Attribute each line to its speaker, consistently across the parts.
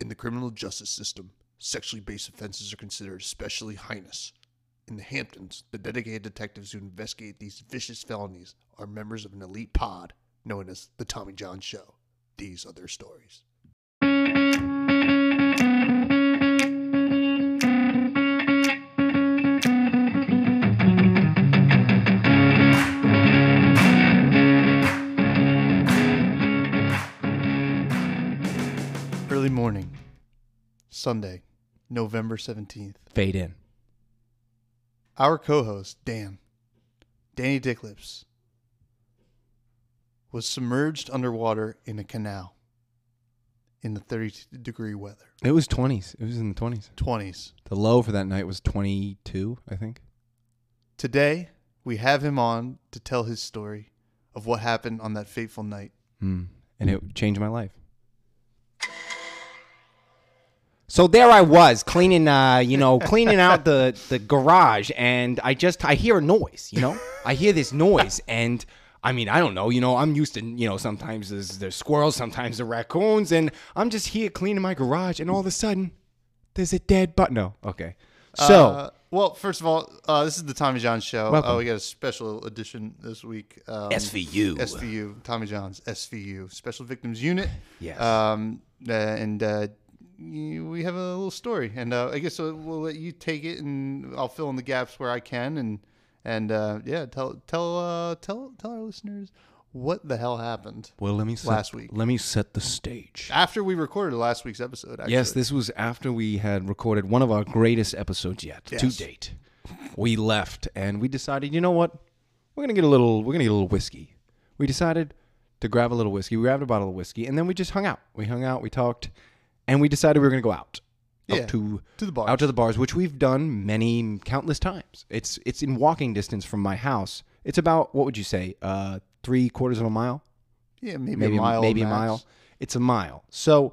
Speaker 1: In the criminal justice system, sexually based offenses are considered especially heinous. In the Hamptons, the dedicated detectives who investigate these vicious felonies are members of an elite pod known as the Tommy John Show. These are their stories. Early morning, Sunday, November 17th.
Speaker 2: Fade in.
Speaker 1: Our co host, Dan, Danny Dicklips, was submerged underwater in a canal in the 30 degree weather.
Speaker 2: It was 20s. It was in the 20s.
Speaker 1: 20s.
Speaker 2: The low for that night was 22, I think.
Speaker 1: Today, we have him on to tell his story of what happened on that fateful night.
Speaker 2: Mm. And it changed my life. So there I was cleaning, uh, you know, cleaning out the, the garage, and I just I hear a noise, you know, I hear this noise, and I mean I don't know, you know, I'm used to, you know, sometimes there's, there's squirrels, sometimes there's raccoons, and I'm just here cleaning my garage, and all of a sudden there's a dead butt. No, okay, so
Speaker 1: Uh, well, first of all, uh, this is the Tommy John show.
Speaker 2: Oh. Welcome.
Speaker 1: Uh, we got a special edition this week. Um,
Speaker 2: SVU.
Speaker 1: SVU. Tommy John's SVU. Special Victims Unit.
Speaker 2: Yes.
Speaker 1: Um, uh, and uh, y- we have a little story. And uh, I guess uh, we'll let you take it and I'll fill in the gaps where I can. And, and uh, yeah, tell, tell, uh, tell, tell our listeners what the hell happened
Speaker 2: well let me set,
Speaker 1: last week.
Speaker 2: let me set the stage.
Speaker 1: after we recorded last week's episode, actually.
Speaker 2: Yes, this was after we had recorded one of our greatest episodes yet to
Speaker 1: Yes.
Speaker 2: date. We left and we decided, you know what? We're gonna get a little. We're gonna get a little whiskey. We decided to grab a little whiskey. We grabbed a bottle of whiskey and then we just hung out. We hung out. We talked, and we decided we were gonna go out. Out
Speaker 1: Yeah,
Speaker 2: to
Speaker 1: to the bars.
Speaker 2: Out to the bars, which we've done many countless times. It's it's in walking distance from my house. It's about what would you say? Uh, three quarters of a mile
Speaker 1: yeah, maybe,
Speaker 2: maybe
Speaker 1: a mile.
Speaker 2: maybe a
Speaker 1: max.
Speaker 2: mile. It's a mile. So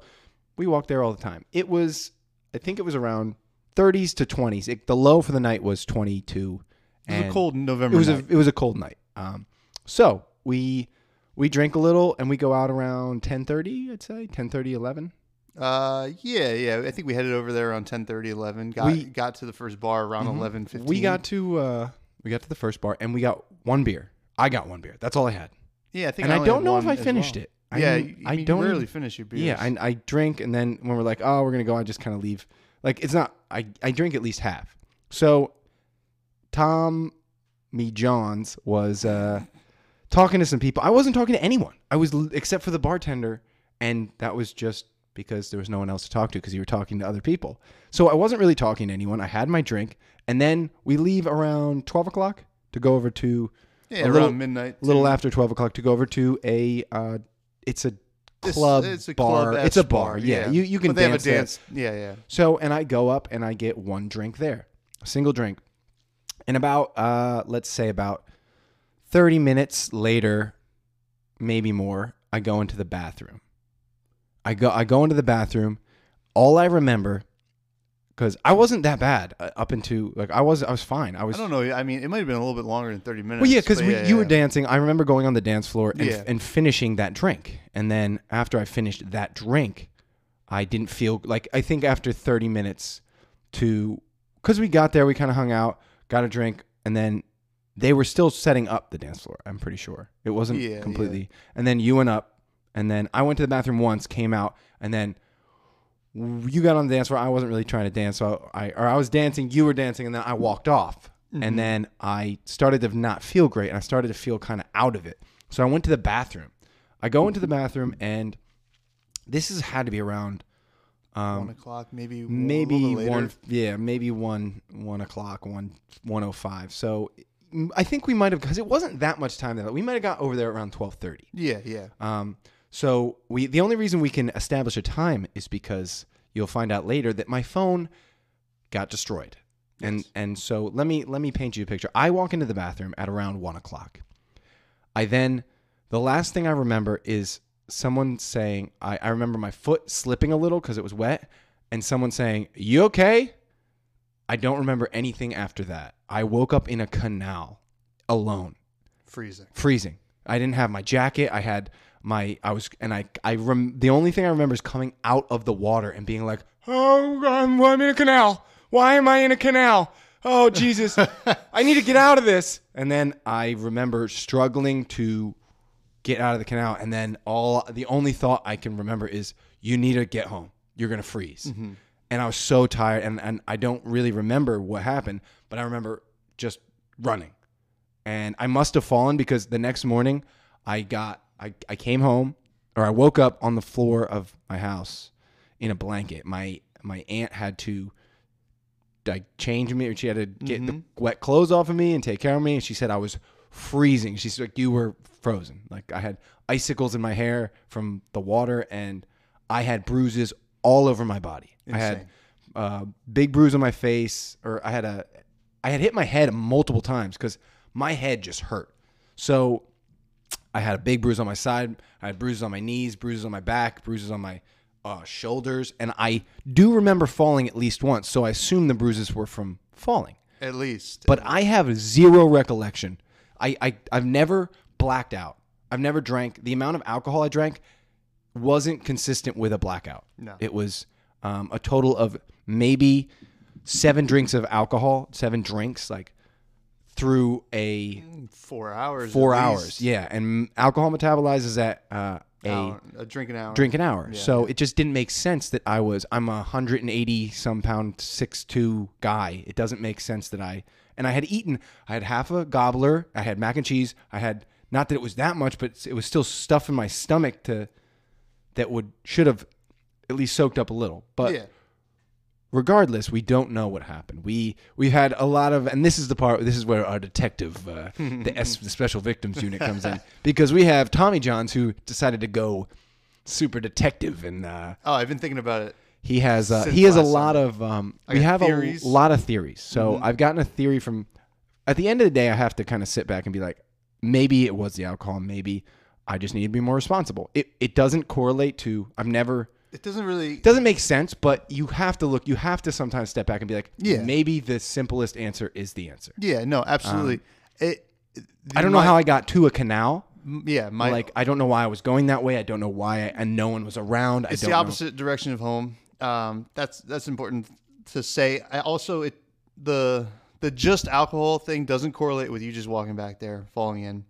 Speaker 2: we walked there all the time. It was, I think it was around 30s to 20s. It, the low for the night was 22.
Speaker 1: It was a
Speaker 2: and
Speaker 1: cold November
Speaker 2: It was
Speaker 1: night.
Speaker 2: a it was a cold night. Um, so we we drink a little and we go out around 10:30. I'd say 10:30, 11.
Speaker 1: Uh, yeah, yeah. I think we headed over there around 10, 11. Got
Speaker 2: We- Mm-hmm.
Speaker 1: got to the first bar around eleven fifteen.
Speaker 2: We got to uh, we got to the first bar and we got one beer. I got one beer. That's all I had.
Speaker 1: yeah. I think,
Speaker 2: And I,
Speaker 1: only
Speaker 2: don't
Speaker 1: had
Speaker 2: know if
Speaker 1: one
Speaker 2: I
Speaker 1: as
Speaker 2: finished
Speaker 1: well.
Speaker 2: it. I
Speaker 1: yeah,
Speaker 2: mean,
Speaker 1: you-
Speaker 2: I
Speaker 1: mean, you
Speaker 2: don't
Speaker 1: rarely
Speaker 2: even-
Speaker 1: finish your beers.
Speaker 2: Yeah, I, I drink, and then when we're like, oh, we're gonna go, I just kind of leave. Like it's not. I I drink at least half. So, Tom, me Johns was uh, talking to some people. I wasn't talking to anyone. I was l- except for the bartender, and that was just because there was no one else to talk to because you were talking to other people. So I wasn't really talking to anyone. I had my drink, and then we leave around twelve o'clock to go over to
Speaker 1: yeah,
Speaker 2: a
Speaker 1: around
Speaker 2: little-
Speaker 1: midnight.
Speaker 2: a little
Speaker 1: too.
Speaker 2: after 12 o'clock to go over to a uh, it's a
Speaker 1: This-
Speaker 2: club
Speaker 1: It's a
Speaker 2: bar
Speaker 1: club.
Speaker 2: it's a bar, yeah. you you can
Speaker 1: but they
Speaker 2: dance,
Speaker 1: have
Speaker 2: there.
Speaker 1: a dance. Yeah, yeah.
Speaker 2: so and i go up and i get one drink there a single drink and about uh let's say about 30 minutes later maybe more i go into the bathroom i go i go into the bathroom all i remember because i wasn't that bad uh, up into like i was i was fine i was
Speaker 1: I don't know. I mean, it might have been a little bit longer than thirty minutes.
Speaker 2: well, yeah, because
Speaker 1: but
Speaker 2: we
Speaker 1: yeah,
Speaker 2: you were
Speaker 1: yeah.
Speaker 2: dancing. I remember going on the dance floor and,
Speaker 1: Yeah.
Speaker 2: and finishing that drink. And then after I finished that drink, I didn't feel like I think after 30 minutes to because we got there, we kind of hung out, got a drink, and then they were still setting up the dance floor. I'm pretty sure it wasn't
Speaker 1: Yeah, yeah.
Speaker 2: completely. And then you went up, and then I went to the bathroom once, came out, and then you got on the dance floor. I wasn't really trying to dance, so I or I was dancing, you were dancing, and then I walked off.
Speaker 1: Mm-hmm.
Speaker 2: And then I started to not feel great, and I started to feel kind of out of it. So I went to the bathroom. I go into the bathroom, and this has had to be around um,
Speaker 1: one o'clock, maybe a
Speaker 2: maybe
Speaker 1: little bit later.
Speaker 2: one yeah maybe one one o'clock one one o five. So mm, I think we might have because it wasn't that much time that we might have got over there around twelve thirty.
Speaker 1: Yeah, yeah.
Speaker 2: Um, so we the only reason we can establish a time is because you'll find out later that my phone got destroyed. And and so let me let me paint you a picture. I walk into the bathroom at around one o'clock. I then the last thing I remember is someone saying I, I remember my foot slipping a little because it was wet, and someone saying, You okay? I don't remember anything after that. I woke up in a canal alone
Speaker 1: Freezing.
Speaker 2: freezing. I didn't have my jacket. I had my I was and I I rem, the only thing I remember is coming out of the water and being like, "Oh, I'm, I'm in a canal. Why am I in a canal? Oh Jesus, I need to get out of this." And then I remember struggling to get out of the canal, and then all the only thought I can remember is, "You need to get home. You're gonna freeze." And I was so tired, and and I don't really remember what happened, but I remember just running and I must have fallen because the next morning I got I, I came home or I woke up on the floor of my house in a blanket. My my aunt had to like change me or she had to get the wet clothes off of me and take care of me and she said I was freezing. She's like you were frozen. Like I had icicles in my hair from the water and I had bruises all over my body. I had uh, big bruise on my face or I had a I had hit my head multiple times because my head just hurt. So I had a big bruise on my side. I had bruises on my knees, bruises on my back, bruises on my uh, shoulders, and I do remember falling at least once. So I assume the bruises were from falling.
Speaker 1: At least.
Speaker 2: But I have zero recollection. I, I I've never blacked out. I've never drank. The amount of alcohol I drank wasn't consistent with a blackout.
Speaker 1: No.
Speaker 2: It was um, a total of maybe seven drinks of alcohol, seven drinks, like through a
Speaker 1: four hours.
Speaker 2: four
Speaker 1: at
Speaker 2: hours.
Speaker 1: least.
Speaker 2: Yeah, and alcohol metabolizes at uh, a
Speaker 1: Hour- a drink an hour.
Speaker 2: drink an hour. so it just didn't make sense that I was I'm a 180 some pound six two guy. It doesn't make sense that I and I had eaten. I had half a gobbler. I had mac and cheese. I had not that it was that much, but it was still stuff in my stomach to that would should have at least soaked up a little. But
Speaker 1: Yeah.
Speaker 2: regardless, we don't know what happened. We we had a lot of, and this is the part. This is where our detective, uh, the, S, the special victims unit, comes in because we have Tommy Johns who decided to go super detective, and uh,
Speaker 1: Oh, I've been thinking about it.
Speaker 2: he has uh,
Speaker 1: Since
Speaker 2: he has a
Speaker 1: last
Speaker 2: lot of um, we
Speaker 1: got
Speaker 2: have
Speaker 1: theories. Mm-hmm.
Speaker 2: a lot of theories. So I've gotten a theory from. At the end of the day, I have to kind of sit back and be like, maybe it was the alcohol. Maybe I just need to be more responsible. It it doesn't correlate to. I've never
Speaker 1: It doesn't really.
Speaker 2: doesn't make sense, but you have to look. You have to sometimes step back and be like,
Speaker 1: Yeah.
Speaker 2: maybe the simplest answer is the answer.
Speaker 1: Yeah, no, absolutely. it.
Speaker 2: Um, I don't know how I got to a canal.
Speaker 1: Yeah, my
Speaker 2: Like, I don't know why I was going that way. I don't know why, I, and no one was around. I
Speaker 1: it's
Speaker 2: don't
Speaker 1: the opposite direction of home. Um, that's that's important to say. I also it the the just alcohol thing doesn't correlate with you just walking back there falling in.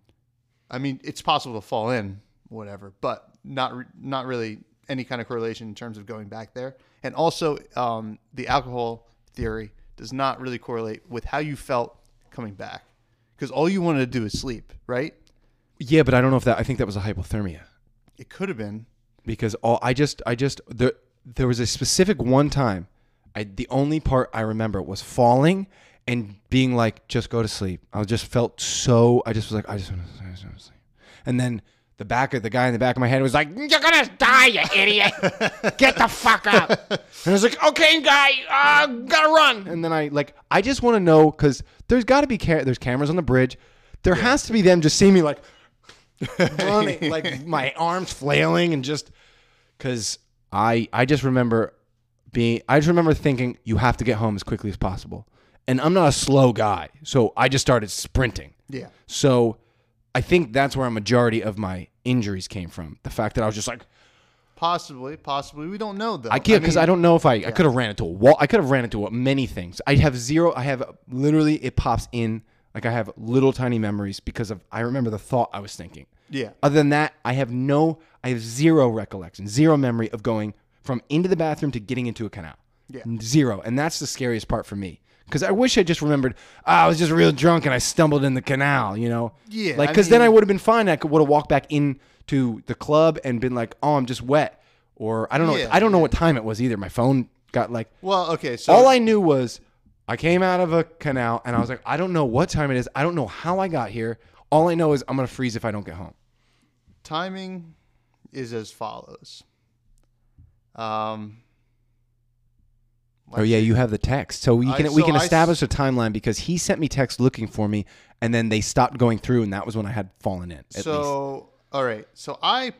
Speaker 1: I mean, it's possible to fall in, whatever, but not re- not really any kind of correlation in terms of going back there. And also, um, the alcohol theory does not really correlate with how you felt coming back, because all you wanted to do is sleep, right?
Speaker 2: Know. Yeah, but I don't know if that. I think that was a hypothermia
Speaker 1: It could have been.
Speaker 2: because all I just, I just there, there was a specific one time. I the only part I remember was falling and being like, just go to sleep. I just felt so. I just was like, I just want to, I just want to sleep. And then the back of the guy in the back of my head was like,
Speaker 3: You're gonna die, you idiot! Get the fuck up!
Speaker 2: And I was like, okay, guy, uh, gotta run. And then I like, I just want to know because there's got to be ca- there's cameras on the bridge. There has to be them just seeing me like running, like my arms flailing and just because I I just remember being I just remember thinking you have to get home as quickly as possible. And I'm not a slow guy, so I just started sprinting.
Speaker 1: Yeah.
Speaker 2: So I think that's where a majority of my injuries came from. The fact that I was just like,
Speaker 1: Possibly, possibly. We don't know though.
Speaker 2: I can't because I,
Speaker 1: mean,
Speaker 2: don't know if I, I could have ran into a wall. I could have ran into a- many things. I have zero. I have literally it pops in like I have little tiny memories because of I remember the thought I was thinking.
Speaker 1: Yeah.
Speaker 2: Other than that, I have no. I have zero recollection, zero memory of going from into the bathroom to getting into a canal.
Speaker 1: Yeah.
Speaker 2: Zero, and that's the scariest part for me because I wish I just remembered. "Ah, I was just real drunk and I stumbled in the canal. You know.
Speaker 1: Yeah,
Speaker 2: Like
Speaker 1: I
Speaker 2: because then I
Speaker 1: mean-
Speaker 2: would have been fine. I could would have walked back into the club and been like, oh, I'm just wet. Or I don't know.
Speaker 1: Yeah,
Speaker 2: I don't know what time it was either. My phone got like.
Speaker 1: Well, okay. So
Speaker 2: All I knew was I came out of a canal and I was like, I don't know what time it is. I don't know how I got here. All I know is I'm gonna freeze if I don't get home.
Speaker 1: timing is as follows. Um,
Speaker 2: Oh yeah, you have the text, so you
Speaker 1: I-
Speaker 2: can we
Speaker 1: so
Speaker 2: can
Speaker 1: I s-
Speaker 2: establish a timeline because he sent me text looking for me, and then they stopped going through, and that was when I had fallen in. At least.
Speaker 1: so all right. So I,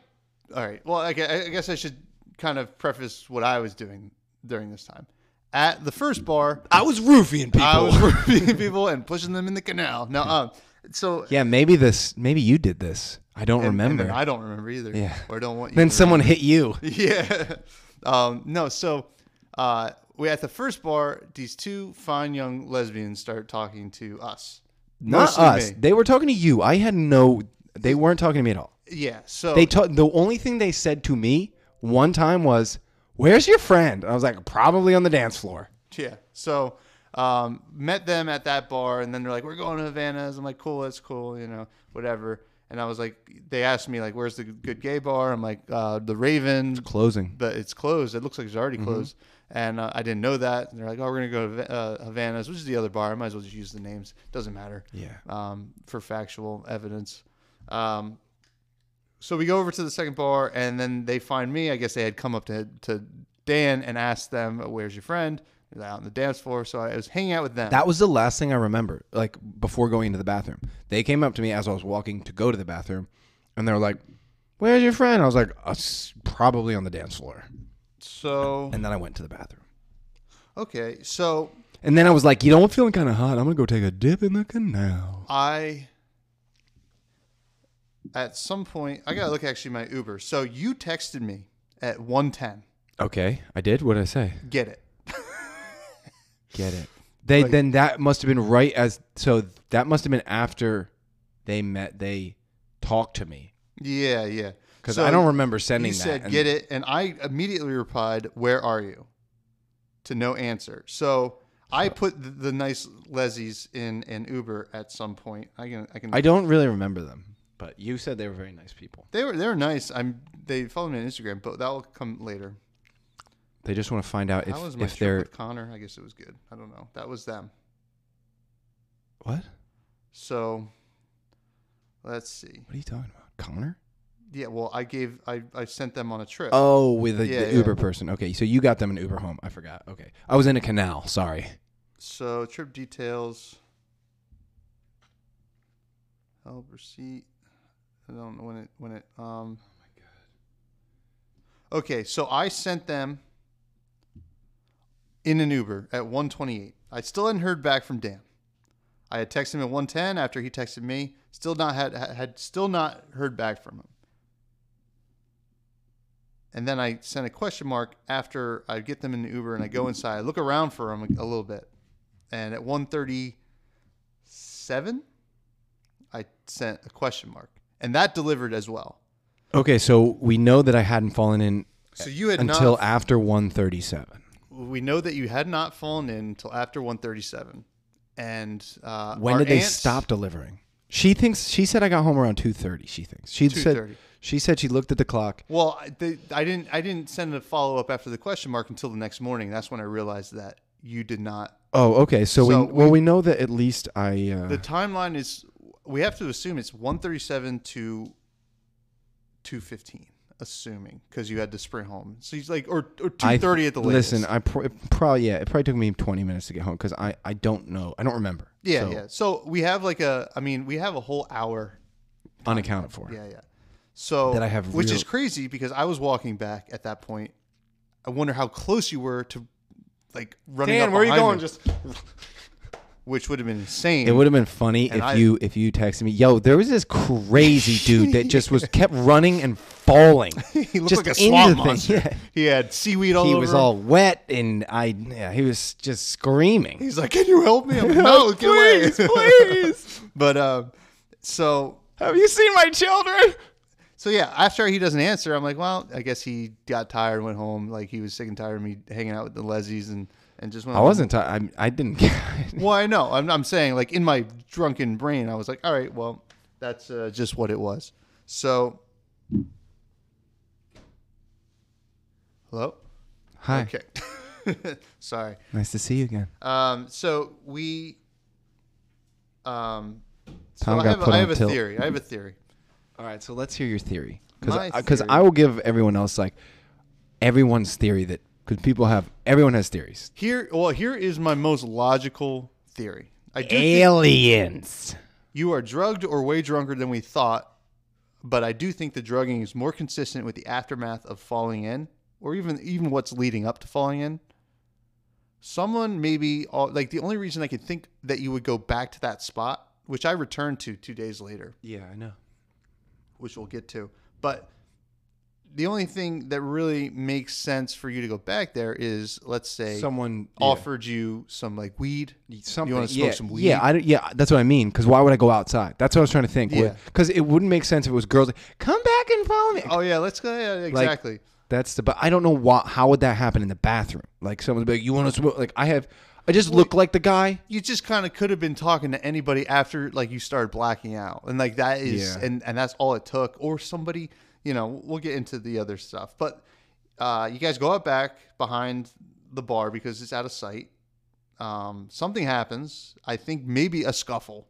Speaker 1: all right. Well, I gue- I guess I should kind of preface what I was doing during this time. At the first bar,
Speaker 2: I was roofing people.
Speaker 1: I was roofing people and pushing them in the canal. No, um, So
Speaker 2: Yeah, maybe this. Maybe you did this. I don't
Speaker 1: and- and
Speaker 2: remember.
Speaker 1: then I don't remember either.
Speaker 2: Yeah.
Speaker 1: Or don't want you.
Speaker 2: then
Speaker 1: to
Speaker 2: someone hit you.
Speaker 1: yeah. Um, no, so uh, we at the first bar, these two fine young lesbians start talking to us.
Speaker 2: Not
Speaker 1: Mostly
Speaker 2: us.
Speaker 1: me.
Speaker 2: They were talking to you. I had no. They weren't talking to me at all.
Speaker 1: Yeah. So
Speaker 2: They ta- the only thing they said to me one time was, "Where's your friend?" I was like, "Probably on the dance floor."
Speaker 1: yeah. So um, met them at that bar, and then they're like, "We're going to Havana's." I'm like, "Cool, that's cool," you know, whatever. And I was like, they asked me like, "Where's the good gay bar?" I'm like, uh, "The Raven."
Speaker 2: Closing.
Speaker 1: but it's closed. It looks like it's already
Speaker 2: Mm-hmm.
Speaker 1: closed. And uh, I didn't know that. And they're like, oh, we're going to go to uh, Havana's, which is the other bar. I might as well just use the names. Doesn't matter
Speaker 2: Yeah.
Speaker 1: um, for factual evidence. Um, so we go over to the second bar, and then they find me. I guess they had come up to, to Dan and asked them, where's your friend? They're out on the dance floor. So I was hanging out with them.
Speaker 2: That was the last thing I remember, like before going into the bathroom. They came up to me as I was walking to go to the bathroom, and they were like, "Where's your friend?" I was like, "Uh, s- "Probably on the dance floor."
Speaker 1: so,
Speaker 2: And then I went to the bathroom.
Speaker 1: okay. So
Speaker 2: And then I was like, "You know, I'm feeling kind of hot. I'm gonna go take a dip in the canal."
Speaker 1: I at some point I gotta look actually my Uber. So you texted me at one ten.
Speaker 2: Okay, I did. What did I say?
Speaker 1: Get it.
Speaker 2: Get it? They then that must have been right as so that must have been after they met. They talked to me
Speaker 1: Yeah, yeah.
Speaker 2: because
Speaker 1: So
Speaker 2: I don't remember sending
Speaker 1: You said
Speaker 2: that.
Speaker 1: get it, and I immediately replied, "Where are you?" To no answer. So I put the, the nice lezzies in an Uber at some point. I can, I can.
Speaker 2: I don't really remember them, but you said they were very nice people.
Speaker 1: they were they were nice. I'm they followed me on Instagram, but that will come later.
Speaker 2: They just want to find out Uh, if
Speaker 1: How was my
Speaker 2: if
Speaker 1: trip
Speaker 2: they're
Speaker 1: with Connor? I guess it was good. I don't know. That was them.
Speaker 2: what?
Speaker 1: So let's see.
Speaker 2: What are you talking about, Connor?
Speaker 1: Yeah, well, I gave I, I sent them on a trip.
Speaker 2: Oh, with the,
Speaker 1: Uh, Yeah,
Speaker 2: the
Speaker 1: yeah.
Speaker 2: Uber person. Okay, so you got them an Uber home. I forgot. Okay, I was in a canal. Sorry.
Speaker 1: So trip details. Help receipt. I don't know when it when it um Okay, so I sent them in an Uber at 128. I still hadn't heard back from Dan. I had texted him at 110 after he texted me. Still not had had still not heard back from him. And then I sent a question mark after I get them in the Uber and I go inside. I look around for him a little bit. And at 137, I sent a question mark. And that delivered as well.
Speaker 2: Okay, so we know that I hadn't fallen in
Speaker 1: So you had
Speaker 2: until
Speaker 1: not
Speaker 2: after one thirty-seven.
Speaker 1: we know that you had not fallen in until after 137 and uh,
Speaker 2: When
Speaker 1: our
Speaker 2: did they
Speaker 1: aunts-
Speaker 2: stop delivering? She thinks she said I got home around two thirty. She thinks she said
Speaker 1: 2:30.
Speaker 2: she said she looked at the clock.
Speaker 1: well I- they, i didn't i didn't send a follow-up after the question mark until the next morning that's when i realized that you did not
Speaker 2: Oh, okay. So,
Speaker 1: So
Speaker 2: we well we know that at least I uh,
Speaker 1: the timeline is we have to assume it's 137 to 215 assuming because you had to sprint home so he's like or, or
Speaker 2: I-
Speaker 1: 230 at the latest
Speaker 2: Listen, I pr- it probably yeah, it probably took me twenty minutes to get home because I I don't know I don't remember.
Speaker 1: yeah
Speaker 2: So,
Speaker 1: yeah so we have like a i mean we have a whole hour
Speaker 2: unaccounted for.
Speaker 1: Yeah, yeah. So
Speaker 2: That I have
Speaker 1: which
Speaker 2: real-
Speaker 1: is crazy because I was walking back at that point. I wonder how close you were to like running. up behind me,
Speaker 2: Just
Speaker 1: which would have been insane.
Speaker 2: it would have been funny if
Speaker 1: I-
Speaker 2: you if you texted me, yo, there was this crazy dude that just was kept running and falling.
Speaker 1: he looked
Speaker 2: just
Speaker 1: like a
Speaker 2: into
Speaker 1: swamp
Speaker 2: thing.
Speaker 1: monster.
Speaker 2: Yeah.
Speaker 1: He had seaweed all
Speaker 2: He
Speaker 1: over.
Speaker 2: was
Speaker 1: him.
Speaker 2: all wet and I yeah, he was just screaming.
Speaker 1: He's like, "Can you help me?" I'm like, no, get away."
Speaker 2: Please, please.
Speaker 1: but um, so
Speaker 2: Have you seen my children?
Speaker 1: so yeah. After he doesn't answer, I'm like, "Well, I guess he got tired, and went home. Like he was sick and tired of me hanging out with the Lezzies and and just went."
Speaker 2: I
Speaker 1: home.
Speaker 2: wasn't. T- I I didn't.
Speaker 1: Well, I know. I'm, I'm saying, like, in my drunken brain, I was like, all right, well, that's uh, just what it was. So, hello?
Speaker 2: Hi.
Speaker 1: Okay. Sorry.
Speaker 2: Nice to see you again.
Speaker 1: Um, so, we. Um, so
Speaker 2: Tom
Speaker 1: I
Speaker 2: got
Speaker 1: have, a-
Speaker 2: put
Speaker 1: I
Speaker 2: on
Speaker 1: have a
Speaker 2: tilt.
Speaker 1: theory. I have a theory.
Speaker 2: All right, so let's hear your theory,
Speaker 1: My
Speaker 2: because
Speaker 1: theory-
Speaker 2: I will give everyone else like everyone's theory that because people have everyone has theories.
Speaker 1: Here, well, here is my most logical theory. I do think-
Speaker 2: Aliens.
Speaker 1: You are drugged or way drunker than we thought, but I do think the drugging is more consistent with the aftermath of falling in, or even even what's leading up to falling in. uh, Someone maybe like the only reason I could think that you would go back to that spot which I returned to two days later,
Speaker 2: Yeah, I know.
Speaker 1: which we'll get to. But the only thing that really makes sense for you to go back there is, let's say,
Speaker 2: Someone
Speaker 1: offered you some like weed.
Speaker 2: Something,
Speaker 1: You want to smoke
Speaker 2: yeah,
Speaker 1: some weed?
Speaker 2: Yeah, I don't, yeah, that's what I mean. Because why would I go outside? That's what I was trying to think.
Speaker 1: Yeah.
Speaker 2: Because it wouldn't make sense if it was girls. Like, Come back and follow me.
Speaker 1: oh yeah, let's go. Yeah, exactly.
Speaker 2: That's the. But I don't know why. How would that happen in the bathroom? Like someone's like, "You want to smoke?" Like I have. I just look like the guy.
Speaker 1: you just kind of could have been talking to anybody after like you started blacking out and like that is
Speaker 2: Yeah.
Speaker 1: and and that's all it took or somebody you know we'll get into the other stuff but uh you guys go out back behind the bar because it's out of sight um something happens i think maybe a scuffle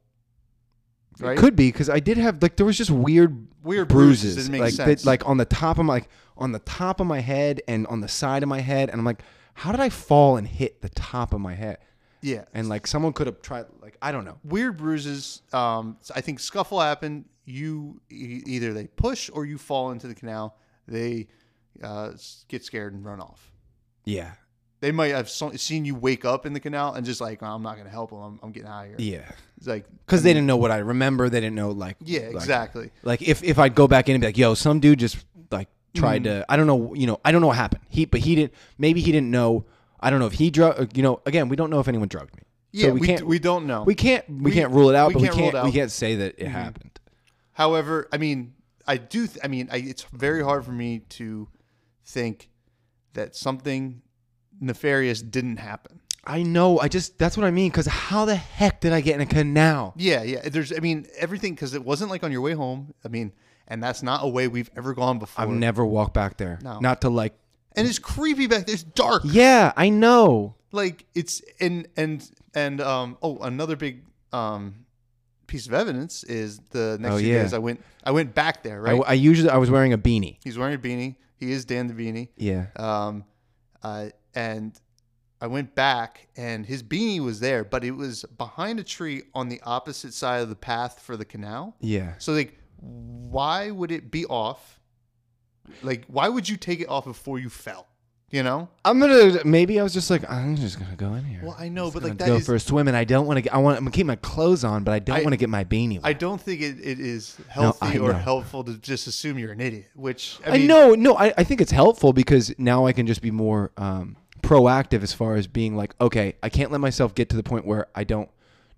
Speaker 1: right
Speaker 2: It could be because I did have like there was just weird
Speaker 1: Weird
Speaker 2: bruises,
Speaker 1: bruises, it makes
Speaker 2: like
Speaker 1: sense.
Speaker 2: like on the top of my like, on the top of my head and on the side of my head, and I'm like, how did I fall and hit the top of my head?
Speaker 1: yeah
Speaker 2: And like someone could have tried like I don't know.
Speaker 1: weird bruises um i think scuffle happened you e- either they push or you fall into the canal they uh s- get scared and run off
Speaker 2: Yeah,
Speaker 1: they might have so- seen you wake up in the canal and just like, "Oh, I'm not gonna help him. I'm, I'm getting out of here.
Speaker 2: yeah.
Speaker 1: It's like,
Speaker 2: Because they didn't know what I remember. They didn't know like
Speaker 1: yeah,
Speaker 2: like-
Speaker 1: exactly.
Speaker 2: Like if if I'd go back in and be like, yo, some dude just like tried to. I don't know. You know, I don't know what happened. He but he didn't. Maybe he didn't know. I don't know if he drug. You know, again, we don't know if anyone drugged me.
Speaker 1: Yeah,
Speaker 2: so
Speaker 1: we,
Speaker 2: we, can't.
Speaker 1: d- we don't know.
Speaker 2: we can't we, can't rule it out, Mm-hmm.
Speaker 1: we
Speaker 2: but
Speaker 1: can't
Speaker 2: we
Speaker 1: rule it
Speaker 2: can't we
Speaker 1: out.
Speaker 2: can't say that it happened.
Speaker 1: However, I mean, I do. Th- I mean, I, it's very hard for me to think that something nefarious didn't happen.
Speaker 2: I know. I just that's what I mean. Because how the heck did I get in a canal?
Speaker 1: Yeah, yeah. There's, I mean, everything because it wasn't like on your way home. I mean, and that's not a way we've ever gone before.
Speaker 2: I've never walked back there.
Speaker 1: No.
Speaker 2: Not to like.
Speaker 1: and it's creepy back there. It's dark.
Speaker 2: Yeah, I know.
Speaker 1: like it's and and and um oh another big um piece of evidence is the next
Speaker 2: Oh,
Speaker 1: few
Speaker 2: yeah.
Speaker 1: days I went I went back there
Speaker 2: I,
Speaker 1: right
Speaker 2: I usually I was wearing a beanie.
Speaker 1: he's wearing a beanie he is Dan the beanie
Speaker 2: Yeah.
Speaker 1: um uh and I went back and his beanie was there but it was behind a tree on the opposite side of the path for the canal
Speaker 2: Yeah.
Speaker 1: so like why would it be off like why would you take it off before you fell you know
Speaker 2: I'm gonna maybe I was just like I'm just gonna go in here.
Speaker 1: Well, I know,
Speaker 2: I'm just
Speaker 1: but, like,
Speaker 2: gonna go
Speaker 1: that is-
Speaker 2: for a swim, and I don't want to. get I want. I'm gonna keep my clothes on, but I don't
Speaker 1: I-
Speaker 2: want to get my beanie. Wet.
Speaker 1: I don't think it, it is healthy
Speaker 2: I
Speaker 1: or
Speaker 2: know.
Speaker 1: helpful to just assume you're an idiot, which I,
Speaker 2: I,
Speaker 1: mean,
Speaker 2: know, no, I, I think it's helpful because now I can just be more um, proactive as far as being like, okay, I can't let myself get to the point where I don't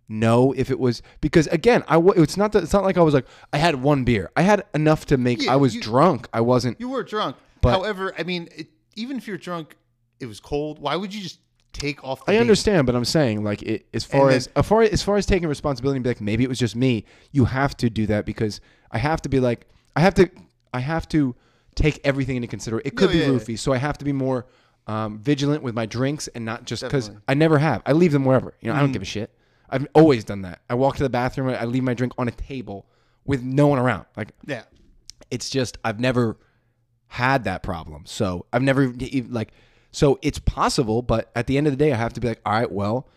Speaker 2: know if it was because again, I wa- it's not that it's not like I was like I had one beer, I had enough to make.
Speaker 1: Yeah,
Speaker 2: I was
Speaker 1: you-
Speaker 2: drunk, I wasn't.
Speaker 1: You were drunk.
Speaker 2: But-
Speaker 1: However, I mean, it, even if you're drunk, it was cold. Why would you just take off the
Speaker 2: I
Speaker 1: beanie?
Speaker 2: understand, but I'm saying like it, as far
Speaker 1: then-
Speaker 2: as as far as far as taking responsibility and be like maybe it was just me. You have to do that because I have to be like I have to I have to take everything into consideration. It could
Speaker 1: No,
Speaker 2: be
Speaker 1: yeah, yeah.
Speaker 2: roofy, so I have to be more um, vigilant with my drinks and not just because
Speaker 1: Definitely. Mm.
Speaker 2: I never have. I leave them wherever. You know, I don't give a shit. I've always done that. I walk to the bathroom. I I leave my drink on a table with no one around. Like
Speaker 1: Yeah.
Speaker 2: it's just I've never had that problem. So I've never even- like so it's possible, but at the end of the day, I have to be like, all right, well,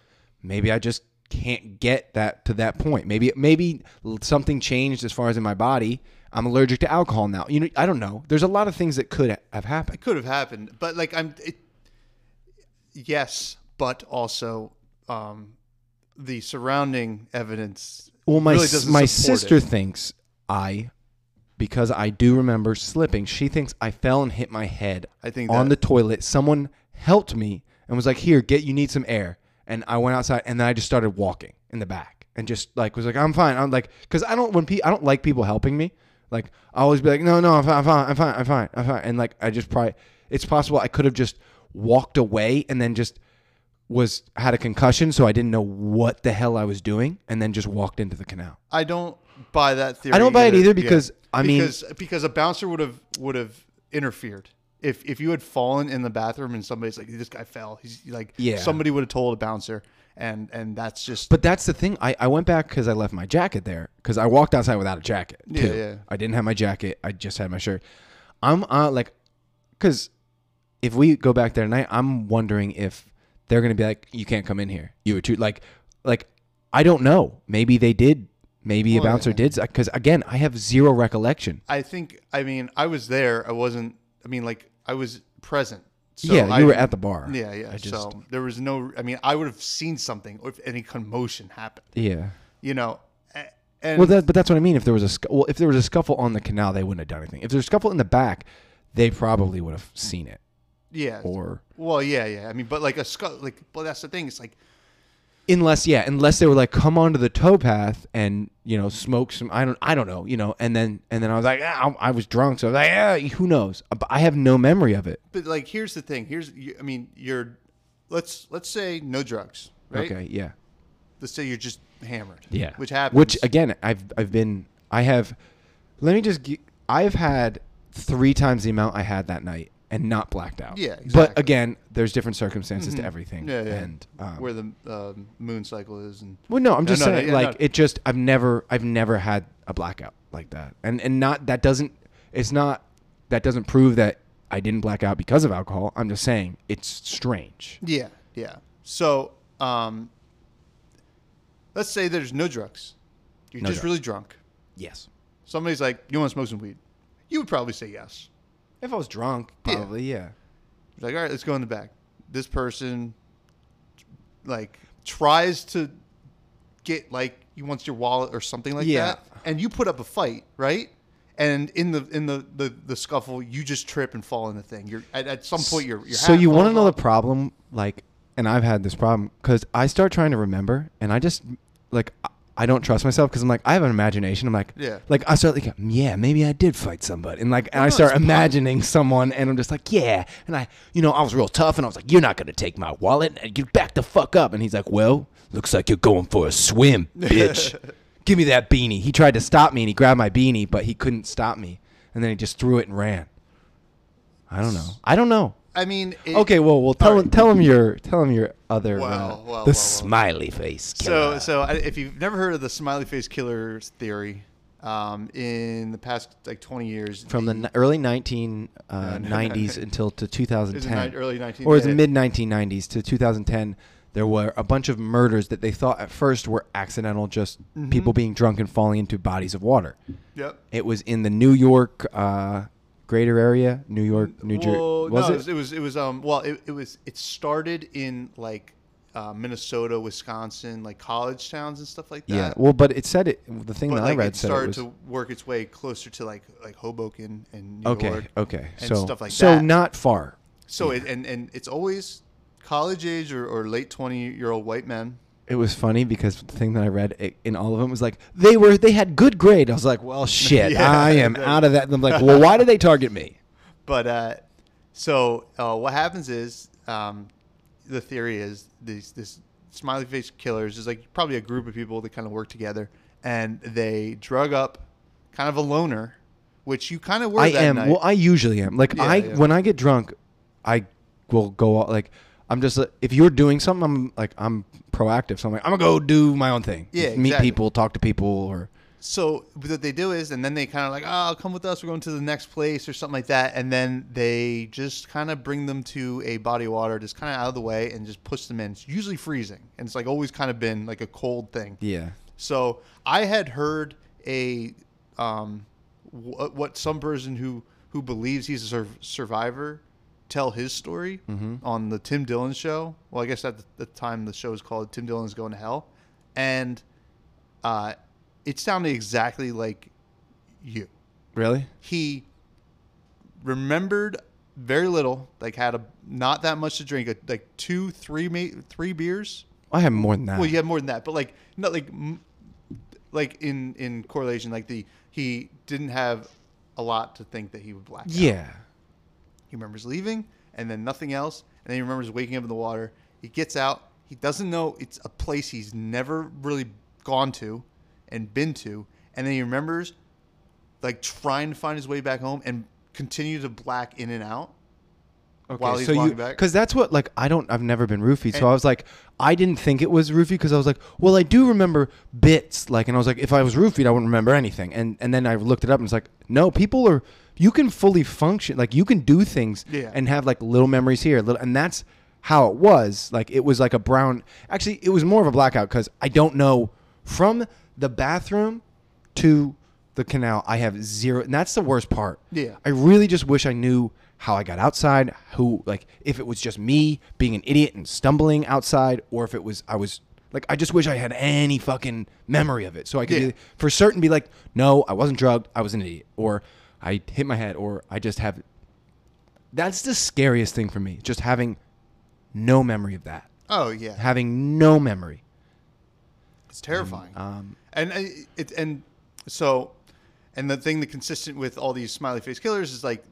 Speaker 2: maybe I just can't get that to that point. Maybe maybe something changed as far as in my body. I'm allergic to alcohol now. You know, I don't know. There's a lot of things that could have happened.
Speaker 1: Could have happened. But, like, I'm. It, yes, but also um, the surrounding evidence.
Speaker 2: Well, my
Speaker 1: really
Speaker 2: s-
Speaker 1: doesn't
Speaker 2: my
Speaker 1: support
Speaker 2: sister
Speaker 1: it.
Speaker 2: thinks I because I do remember slipping. She thinks I fell and hit my head
Speaker 1: I think
Speaker 2: on
Speaker 1: that-
Speaker 2: the toilet. Someone helped me and was like, "Here, get you need some air." And I went outside and then I just started walking in the back and just like was like, "I'm fine." I'm like cuz I don't when pe- I don't like people helping me. Like I always be like, "No, no, I'm fine. I'm fine. I'm fine. I'm fine. I'm fine." And like I just probably it's possible I could have just walked away and then just was had a concussion, so I didn't know what the hell I was doing, and then just walked into the canal.
Speaker 1: I don't buy that theory.
Speaker 2: I don't buy it either
Speaker 1: Yeah.
Speaker 2: because, I mean-
Speaker 1: because because a bouncer would have would have interfered. If if you had fallen in the bathroom and somebody's like this guy fell, he's like
Speaker 2: Yeah.
Speaker 1: somebody would have told a bouncer and and that's just
Speaker 2: But that's the thing. I, I went back because I left my jacket there because I walked outside without a jacket. Too.
Speaker 1: Yeah, yeah.
Speaker 2: I didn't have my jacket. I just had my shirt. I'm uh, like, because if we go back there tonight, I'm wondering if they're gonna be like, you can't come in here. You were too like, like I don't know. Maybe they did. Maybe a
Speaker 1: Well,
Speaker 2: bouncer did. Because again, I have zero recollection.
Speaker 1: I think I mean I was there. I wasn't I mean like I was present. So
Speaker 2: yeah, you
Speaker 1: I-
Speaker 2: were at the bar.
Speaker 1: Yeah, yeah.
Speaker 2: I just,
Speaker 1: so there was no I mean I would have seen something or if any commotion happened.
Speaker 2: yeah.
Speaker 1: You know, eh, And
Speaker 2: Well, that, but that's what I mean. If there was a sc- well, if there was a scuffle on the canal, they wouldn't have done anything. If there's a scuffle in the back, they probably would have seen it.
Speaker 1: yeah.
Speaker 2: Or
Speaker 1: well, yeah, yeah. I mean, but like a skull, like, well, that's the thing. It's like,
Speaker 2: unless, yeah, unless they were like, come onto the towpath and you know smoke some. I don't, I don't know, you know. And then and then I was like, ah, I, I was drunk, so I was like, yeah, who knows? Uh, But I have no memory of it.
Speaker 1: but like, here's the thing. Here's, you- I mean, you're, let's let's say no drugs, right?
Speaker 2: Okay, yeah,
Speaker 1: Let's say you're just hammered.
Speaker 2: yeah.
Speaker 1: Which happens.
Speaker 2: Which again, I've I've been I have. Let me just. gi- I've had three times the amount I had that night and not blacked out.
Speaker 1: Yeah,
Speaker 2: But
Speaker 1: exactly. Mm-hmm.
Speaker 2: again, there's different circumstances to everything.
Speaker 1: yeah, yeah.
Speaker 2: And um,
Speaker 1: where the um, moon cycle is, and
Speaker 2: Well, no, I'm just
Speaker 1: no, no,
Speaker 2: saying,
Speaker 1: yeah,
Speaker 2: like
Speaker 1: no.
Speaker 2: it just I've never I've never had a blackout like that, and and not that doesn't it's not that doesn't prove that I didn't black out because of alcohol. I'm just saying it's strange.
Speaker 1: yeah, yeah. So, um, let's say there's no drugs. You're
Speaker 2: No
Speaker 1: just
Speaker 2: drugs.
Speaker 1: really drunk.
Speaker 2: Yes,
Speaker 1: Somebody's like, "You want to smoke some weed?" You would probably say yes.
Speaker 2: if I was drunk,
Speaker 1: Yeah.
Speaker 2: probably yeah.
Speaker 1: It's like, all right, let's go in the back. This person, like, tries to get like he wants your wallet or something like
Speaker 2: Yeah.
Speaker 1: that, and you put up a fight, right? And in the in the, the, the scuffle, you just trip and fall in the thing. You're at, at some point you're, you're
Speaker 2: so you want to know the
Speaker 1: problem?
Speaker 2: problem, like, and I've had this problem because I start trying to remember, and I just like I- I don't trust myself because I'm like I have an imagination. I'm like
Speaker 1: Yeah.
Speaker 2: like I start like yeah maybe I did fight somebody, and like and I
Speaker 1: no,
Speaker 2: start
Speaker 1: it's po-
Speaker 2: imagining someone, and I'm just like yeah, and I you know I was real tough, and I was like you're not gonna take my wallet, and you back the fuck up, and he's like well looks like you're going for a swim, bitch. Give me that beanie. He tried to stop me and he grabbed my beanie, but he couldn't stop me. And then he just threw it and ran. I don't know. I don't know.
Speaker 1: I mean, it-
Speaker 2: Okay, well, well, tell him, tell him your, tell him your other,
Speaker 1: Wow,
Speaker 2: uh,
Speaker 1: wow,
Speaker 2: the
Speaker 1: wow, wow.
Speaker 2: smiley face.
Speaker 1: So,
Speaker 2: Killer.
Speaker 1: so I- if you've never heard of the smiley face killer theory, um, in the past like twenty years,
Speaker 2: from the n- early 1990s uh,
Speaker 1: no,
Speaker 2: 90s until to 2010,
Speaker 1: ni- early 19
Speaker 2: or is
Speaker 1: yeah.
Speaker 2: it mid 1990s to 2010? There were a bunch of murders that they thought at first were accidental, just
Speaker 1: Mm-hmm.
Speaker 2: people being drunk and falling into bodies of water.
Speaker 1: yep.
Speaker 2: It was in the New York uh, greater area, New York, New Jersey.
Speaker 1: Well,
Speaker 2: Was
Speaker 1: no,
Speaker 2: it?
Speaker 1: was- it was it was um well it, it was it started in like uh, Minnesota, Wisconsin, like college towns and stuff like that.
Speaker 2: yeah. Well, but it said it. The thing
Speaker 1: but
Speaker 2: that
Speaker 1: like
Speaker 2: I read
Speaker 1: it
Speaker 2: said
Speaker 1: started
Speaker 2: it was
Speaker 1: to work its way closer to like like Hoboken and New
Speaker 2: okay.
Speaker 1: York.
Speaker 2: Okay.
Speaker 1: and
Speaker 2: so
Speaker 1: stuff like
Speaker 2: so
Speaker 1: that.
Speaker 2: not far.
Speaker 1: So it, and and it's always college age or, or late twenty year old white men.
Speaker 2: It was funny because the thing that I read i in all of them was like they were they had good grade. I was like, well, shit,
Speaker 1: Yeah.
Speaker 2: I am out of that. And I'm like, well, why did they target me?
Speaker 1: But uh, so uh, what happens is um, the theory is these this smiley face killers is like probably a group of people that kind of work together and they drug up kind of a loner, which you kind of were
Speaker 2: I
Speaker 1: that
Speaker 2: am.
Speaker 1: night.
Speaker 2: Well, I usually am. Like
Speaker 1: Yeah,
Speaker 2: I
Speaker 1: yeah.
Speaker 2: when I get drunk, I will go out. Like I'm just like, if you're doing something, I'm like I'm proactive. So I'm like I'm gonna go do my own thing.
Speaker 1: Yeah,
Speaker 2: meet
Speaker 1: exactly.
Speaker 2: people, talk to people, or
Speaker 1: so what they do is, and then they kind of like, oh, come with us. We're going to the next place or something like that. And then they just kind of bring them to a body of water, just kind of out of the way, and just push them in. It's usually freezing, and it's like always kind of been like a cold thing.
Speaker 2: yeah.
Speaker 1: So I had heard a um, wh- what some person who who believes he's a sur- survivor tell his story on the Tim Dillon show. Well, I guess at the, the time the show was called Tim Dillon's Going to Hell, and uh, it sounded exactly like you.
Speaker 2: Really?
Speaker 1: He remembered very little, like had a not that much to drink, a, like two, three, ma- three beers.
Speaker 2: I have more than that.
Speaker 1: Well, you have more than that, but like not like m- like in in correlation, like the he didn't have a lot to think that he would black. out.
Speaker 2: Yeah.
Speaker 1: He remembers leaving and then nothing else, and then he remembers waking up in the water. He gets out. He doesn't know it's a place he's never really gone to and been to, and then he remembers like trying to find his way back home and continue to black in and out.
Speaker 2: Okay,
Speaker 1: while he's
Speaker 2: so you
Speaker 1: walking back.
Speaker 2: because that's what like I don't I've never been roofied, so I was like I didn't think it was roofie because I was like, well, I do remember bits like, and I was like, if I was roofied, I wouldn't remember anything, and and then I looked it up and it's like, no, people are you can fully function like you can do things
Speaker 1: Yeah.
Speaker 2: and have like little memories here, little, and that's how it was like it was like a brown actually it was more of a blackout because I don't know from the bathroom to the canal I have zero, and that's the worst part.
Speaker 1: Yeah.
Speaker 2: I really just wish I knew how I got outside, who like if it was just me being an idiot and stumbling outside or if it was I was Like I just wish I had any fucking memory of it, so I could
Speaker 1: Yeah.
Speaker 2: be- for certain be like, no, I wasn't drugged, I was an idiot, or I hit my head, or I just have. That's the scariest thing for me, just having no memory of that,
Speaker 1: Oh yeah.
Speaker 2: having no memory.
Speaker 1: It's terrifying. Um, and I- it and so, and the thing that consistent with all these smiley face killers is like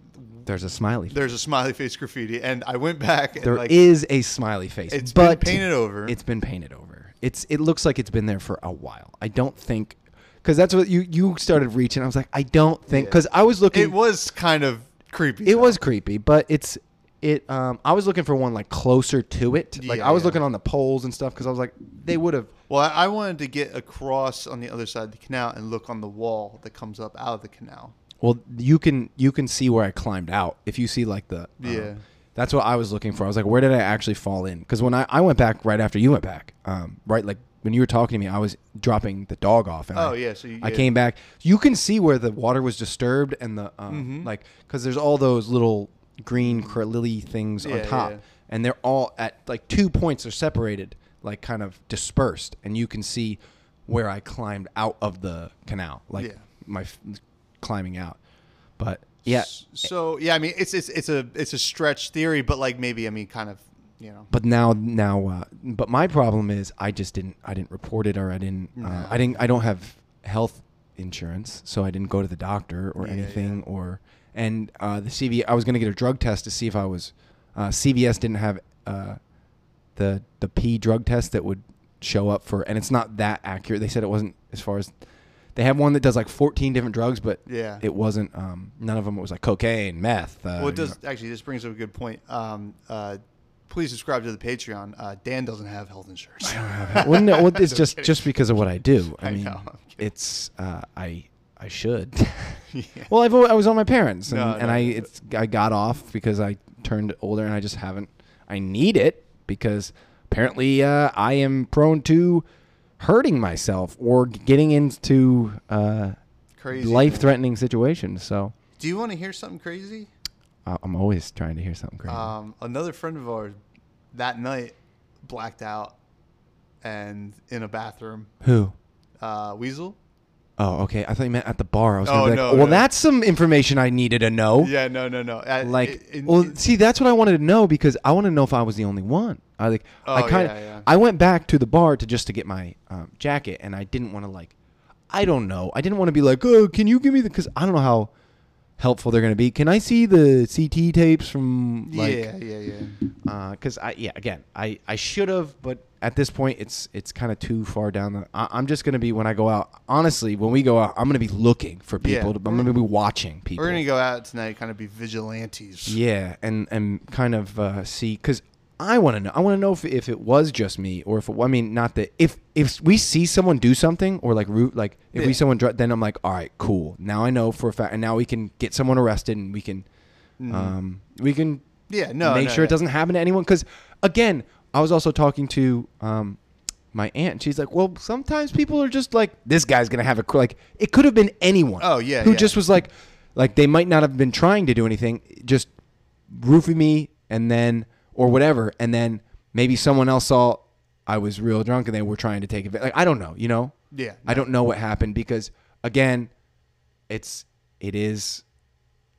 Speaker 2: There's a smiley. There
Speaker 1: there's
Speaker 2: is
Speaker 1: a smiley face graffiti, and I went back and like
Speaker 2: a smiley face.
Speaker 1: It's been
Speaker 2: but
Speaker 1: painted over.
Speaker 2: It's been painted over. It's it looks like it's been there for a while. I don't think because that's what you you started reaching. I was like, I don't think because I was looking.
Speaker 1: it was kind of creepy.
Speaker 2: It
Speaker 1: though.
Speaker 2: was creepy, but it's it. Um, I was looking for one like closer to it. like
Speaker 1: Yeah,
Speaker 2: I was
Speaker 1: yeah.
Speaker 2: looking on the poles and stuff because I was like, they would have.
Speaker 1: Well, I I wanted to get across on the other side of the canal and look on the wall that comes up out of the canal.
Speaker 2: Well, you can you can see where I climbed out if you see like the um,
Speaker 1: Yeah.
Speaker 2: That's what I was looking for. I was like, where did I actually fall in? Because when I, I went back right after you went back, um, right like when you were talking to me, I was dropping the dog off. And
Speaker 1: Oh,
Speaker 2: I,
Speaker 1: yeah, so you-
Speaker 2: I
Speaker 1: yeah.
Speaker 2: came back. You can see where the water was disturbed and the um,
Speaker 1: Mm-hmm.
Speaker 2: like because there's all those little green cr- lily things
Speaker 1: Yeah,
Speaker 2: on top,
Speaker 1: yeah.
Speaker 2: and they're all at like two points. They're separated, like kind of dispersed, and you can see where I climbed out of the canal, like
Speaker 1: Yeah.
Speaker 2: my f- climbing out. But yeah,
Speaker 1: S- So yeah, I mean it's it's it's a it's a stretch theory, but like maybe I mean kind of you know.
Speaker 2: but now now uh, but my problem is I just didn't I didn't report it or I didn't uh, I didn't I don't have health insurance so I didn't go to the doctor or anything or and uh, the CV I was gonna get a drug test to see if I was uh, CVS didn't have uh, the the P drug test that would show up for and it's not that accurate they said it wasn't as far as they have one that does like 14 different drugs but
Speaker 1: Yeah.
Speaker 2: it wasn't um, none of them it was like cocaine meth
Speaker 1: Well,
Speaker 2: uh,
Speaker 1: it
Speaker 2: you know.
Speaker 1: does actually. This brings up a good point. Um, uh, please subscribe to the Patreon. Uh, Dan doesn't have health insurance.
Speaker 2: well, no, well, it's just just because of what I do. I,
Speaker 1: I
Speaker 2: mean,
Speaker 1: know, I'm kidding.
Speaker 2: it's uh, I I should. Well, I've, al- I was on my parents, and,
Speaker 1: No,
Speaker 2: and
Speaker 1: no,
Speaker 2: I
Speaker 1: no.
Speaker 2: it's I got off because I turned older, and I just haven't. I need it because apparently uh, I am prone to hurting myself or getting into uh,
Speaker 1: Crazy.
Speaker 2: life-threatening situations. So
Speaker 1: Do you want to hear something crazy?
Speaker 2: I I'm always trying to hear something crazy.
Speaker 1: Um, another friend of ours that night blacked out and in a bathroom.
Speaker 2: Who?
Speaker 1: Uh, Weasel.
Speaker 2: Oh, okay. I thought you meant at the bar. I was
Speaker 1: Oh,
Speaker 2: gonna be like,
Speaker 1: no,
Speaker 2: well,
Speaker 1: no.
Speaker 2: that's some information I needed to know.
Speaker 1: Yeah, no, no, no. I-
Speaker 2: like oh,
Speaker 1: it- it-
Speaker 2: well
Speaker 1: it-
Speaker 2: see that's what i wanted to know because i want to know if i was the only one i like i
Speaker 1: Oh,
Speaker 2: kind of
Speaker 1: yeah, yeah.
Speaker 2: i went back to the bar to just to get my um, jacket and i didn't want to like i don't know i didn't want to be like oh can you give me the because i don't know how helpful they're going to be can i see the ct tapes from like
Speaker 1: yeah, yeah, yeah.
Speaker 2: because I yeah again I I should have but at this point it's it's kind of too far down the I, I'm just gonna be when I go out honestly when we go out I'm gonna be looking for
Speaker 1: Yeah.
Speaker 2: people to, I'm gonna be watching people
Speaker 1: We're gonna go out tonight, kind of be vigilantes.
Speaker 2: yeah, and and kind of uh, see because I want to know. I want to know if, if it was just me or if it, I mean not that if if we see someone do something or like root like if
Speaker 1: Yeah.
Speaker 2: we someone dr- then I'm like all right cool now I know for a fact and now we can get someone arrested and we can um we can
Speaker 1: Mm-hmm. Yeah, no,
Speaker 2: make
Speaker 1: no,
Speaker 2: sure it
Speaker 1: yeah.
Speaker 2: doesn't happen to anyone because again I was also talking to um. My aunt, and she's like, well, sometimes people are just like, this guy's gonna have a cr-. like. It could have been anyone.
Speaker 1: Oh, yeah,
Speaker 2: who
Speaker 1: yeah.
Speaker 2: just was like, like they might not have been trying to do anything, just roofing me and then or whatever and then maybe someone else saw i was real drunk and they were trying to take advantage like i don't know you know
Speaker 1: Yeah,
Speaker 2: i don't know what happened because again it's it is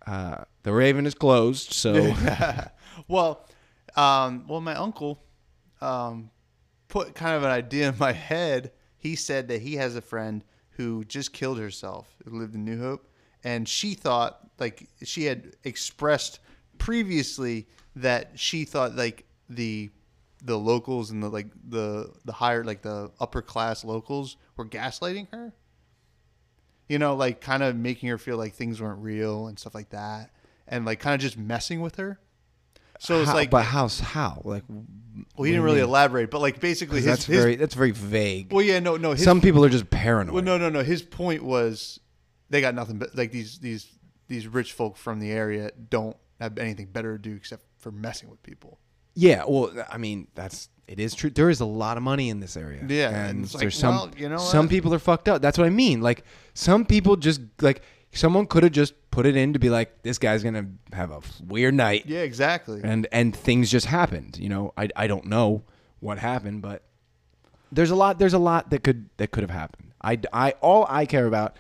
Speaker 2: uh the raven is closed so
Speaker 1: Well, um, well, my uncle um, put kind of an idea in my head. He said that he has a friend who just killed herself, who lived in New Hope, and she thought like she had expressed previously that she thought like the the locals and the like the the higher like the upper class locals were gaslighting her you know, like kind of making her feel like things weren't real and stuff like that, and like kind of just messing with her. So it's
Speaker 2: how,
Speaker 1: like,
Speaker 2: but how's how like
Speaker 1: well, he didn't really elaborate, but like basically his,
Speaker 2: that's
Speaker 1: his
Speaker 2: very that's very vague
Speaker 1: well, yeah, no, no, his,
Speaker 2: some people are just paranoid
Speaker 1: well, no, no, no. His point was they got nothing but like these these these rich folk from the area don't have anything better to do except for messing with people.
Speaker 2: yeah well i mean that's it is true there is a lot of money in this area
Speaker 1: Yeah,
Speaker 2: and
Speaker 1: and it's like,
Speaker 2: there's some
Speaker 1: well, you know
Speaker 2: some
Speaker 1: what?
Speaker 2: people are fucked up that's what i mean like some people just like someone could have just put it in to be like this guy's gonna have a weird night
Speaker 1: Yeah, exactly.
Speaker 2: and and things just happened you know i, I don't know what happened but there's a lot there's a lot that could that could have happened. I, I all I care about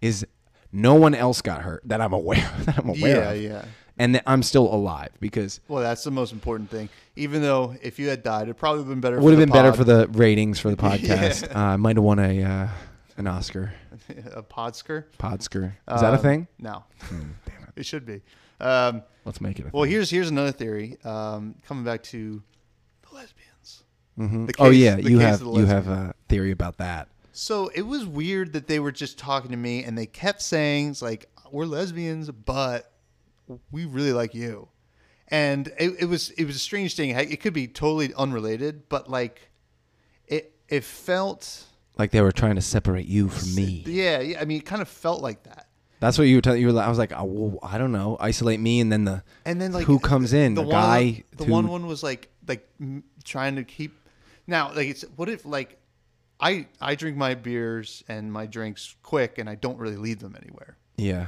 Speaker 2: is no one else got hurt that I'm aware that I'm aware
Speaker 1: Yeah,
Speaker 2: of.
Speaker 1: yeah.
Speaker 2: And that I'm still alive because
Speaker 1: Well, that's the most important thing. Even though if you had died, it probably would have been better.
Speaker 2: would
Speaker 1: for
Speaker 2: have been better
Speaker 1: pod-
Speaker 2: for the ratings for the podcast. Uh, I might have won a uh, an Oscar,
Speaker 1: a podsker.
Speaker 2: Podsker. Is that a
Speaker 1: Um,
Speaker 2: thing?
Speaker 1: No,
Speaker 2: Hmm,
Speaker 1: it should be. Um,
Speaker 2: Let's make it. A
Speaker 1: well,
Speaker 2: thing.
Speaker 1: here's here's another theory. Um, coming back to the lesbians. The
Speaker 2: oh
Speaker 1: case-
Speaker 2: yeah,
Speaker 1: the
Speaker 2: you
Speaker 1: case
Speaker 2: have
Speaker 1: of the
Speaker 2: you have
Speaker 1: lesbian.
Speaker 2: a theory about that.
Speaker 1: So it was weird that they were just talking to me and they kept saying it's like we're lesbians, but we really like you. And it, it was it was a strange thing. It could be totally unrelated, but like it it felt
Speaker 2: Like they were trying to separate you from me.
Speaker 1: yeah, yeah I mean it kind of felt like that.
Speaker 2: That's what you were telling. You were like, I was like, oh, well, I don't know. Isolate me, and then the
Speaker 1: And then like
Speaker 2: who comes in? The,
Speaker 1: one,
Speaker 2: guy.
Speaker 1: The
Speaker 2: who-
Speaker 1: one one was like like m- trying to keep. Now like it's what if like I I drink my beers and my drinks quick and I don't really leave them anywhere.
Speaker 2: Yeah.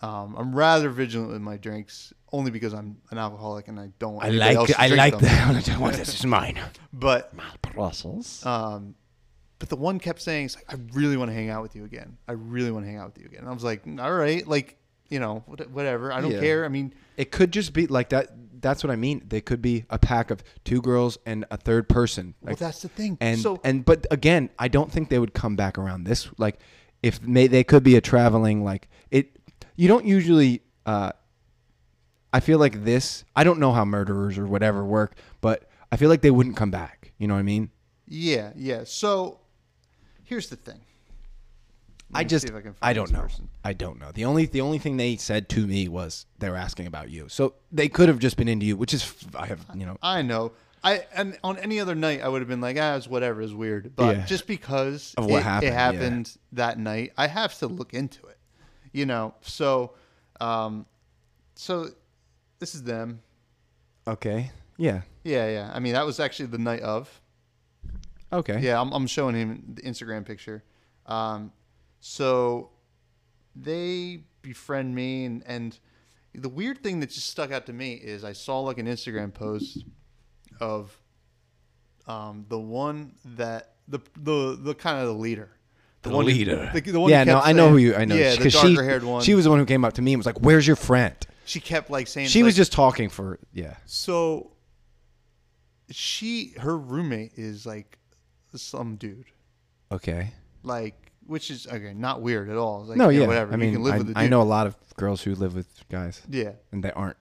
Speaker 1: Um, I'm rather vigilant with my drinks only because I'm an alcoholic and I don't. want
Speaker 2: I
Speaker 1: anybody else
Speaker 2: like.
Speaker 1: to
Speaker 2: I
Speaker 1: drink
Speaker 2: like
Speaker 1: them.
Speaker 2: that. I don't want this. It's mine.
Speaker 1: But
Speaker 2: Brussels.
Speaker 1: um, but the one kept saying, it's like, "I really want to hang out with you again. I really want to hang out with you again." And I was like, "All right, like you know, what- whatever. I don't
Speaker 2: Yeah.
Speaker 1: care. I mean,
Speaker 2: It could just be like that. That's what I mean. They could be a pack of two girls and a third person.
Speaker 1: well,
Speaker 2: Like,
Speaker 1: that's the thing."
Speaker 2: and
Speaker 1: so
Speaker 2: and but again, I don't think they would come back around this. Like, if may, they could be a traveling like it. You don't usually. Uh, I feel like this. I don't know how murderers or whatever work, but I feel like they wouldn't come back. You know what I mean?
Speaker 1: yeah, yeah. So here's the thing.
Speaker 2: I
Speaker 1: me
Speaker 2: just
Speaker 1: see if I can
Speaker 2: I
Speaker 1: find
Speaker 2: don't
Speaker 1: this
Speaker 2: know.
Speaker 1: person.
Speaker 2: I don't know. The only the only thing they said to me was they were asking about you. So they could have just been into you, which is f- I have you know.
Speaker 1: I know. I and on any other night I would have been like, ah, it's whatever, it's weird. But
Speaker 2: Yeah.
Speaker 1: just because
Speaker 2: Of what
Speaker 1: it,
Speaker 2: happened,
Speaker 1: it
Speaker 2: yeah.
Speaker 1: happened that night, I have to look into it. You know, so, um, so this is them.
Speaker 2: Okay. Yeah.
Speaker 1: Yeah, yeah. I mean, that was actually the night of.
Speaker 2: Okay.
Speaker 1: Yeah, I'm, I'm showing him the Instagram picture. Um, so they befriend me, and, and the weird thing that just stuck out to me is I saw like an Instagram post of um, the one that the the the kind of the leader, the, one who- the, the one. who
Speaker 2: yeah, no,
Speaker 1: kept
Speaker 2: I know
Speaker 1: saying-
Speaker 2: who you. I know.
Speaker 1: Yeah, the
Speaker 2: 'cause she-
Speaker 1: darker haired one.
Speaker 2: She was the one who came up to me and was like, "Where's your friend?"
Speaker 1: She kept like saying
Speaker 2: She was
Speaker 1: like,
Speaker 2: just talking for yeah.
Speaker 1: So she her roommate is like some dude.
Speaker 2: Okay.
Speaker 1: Like which is okay, not weird at all. Like,
Speaker 2: No,
Speaker 1: yeah,
Speaker 2: yeah.
Speaker 1: whatever.
Speaker 2: I
Speaker 1: you
Speaker 2: mean,
Speaker 1: can live
Speaker 2: I,
Speaker 1: with the dude.
Speaker 2: I know a lot of girls who live with guys,
Speaker 1: Yeah.
Speaker 2: and they aren't.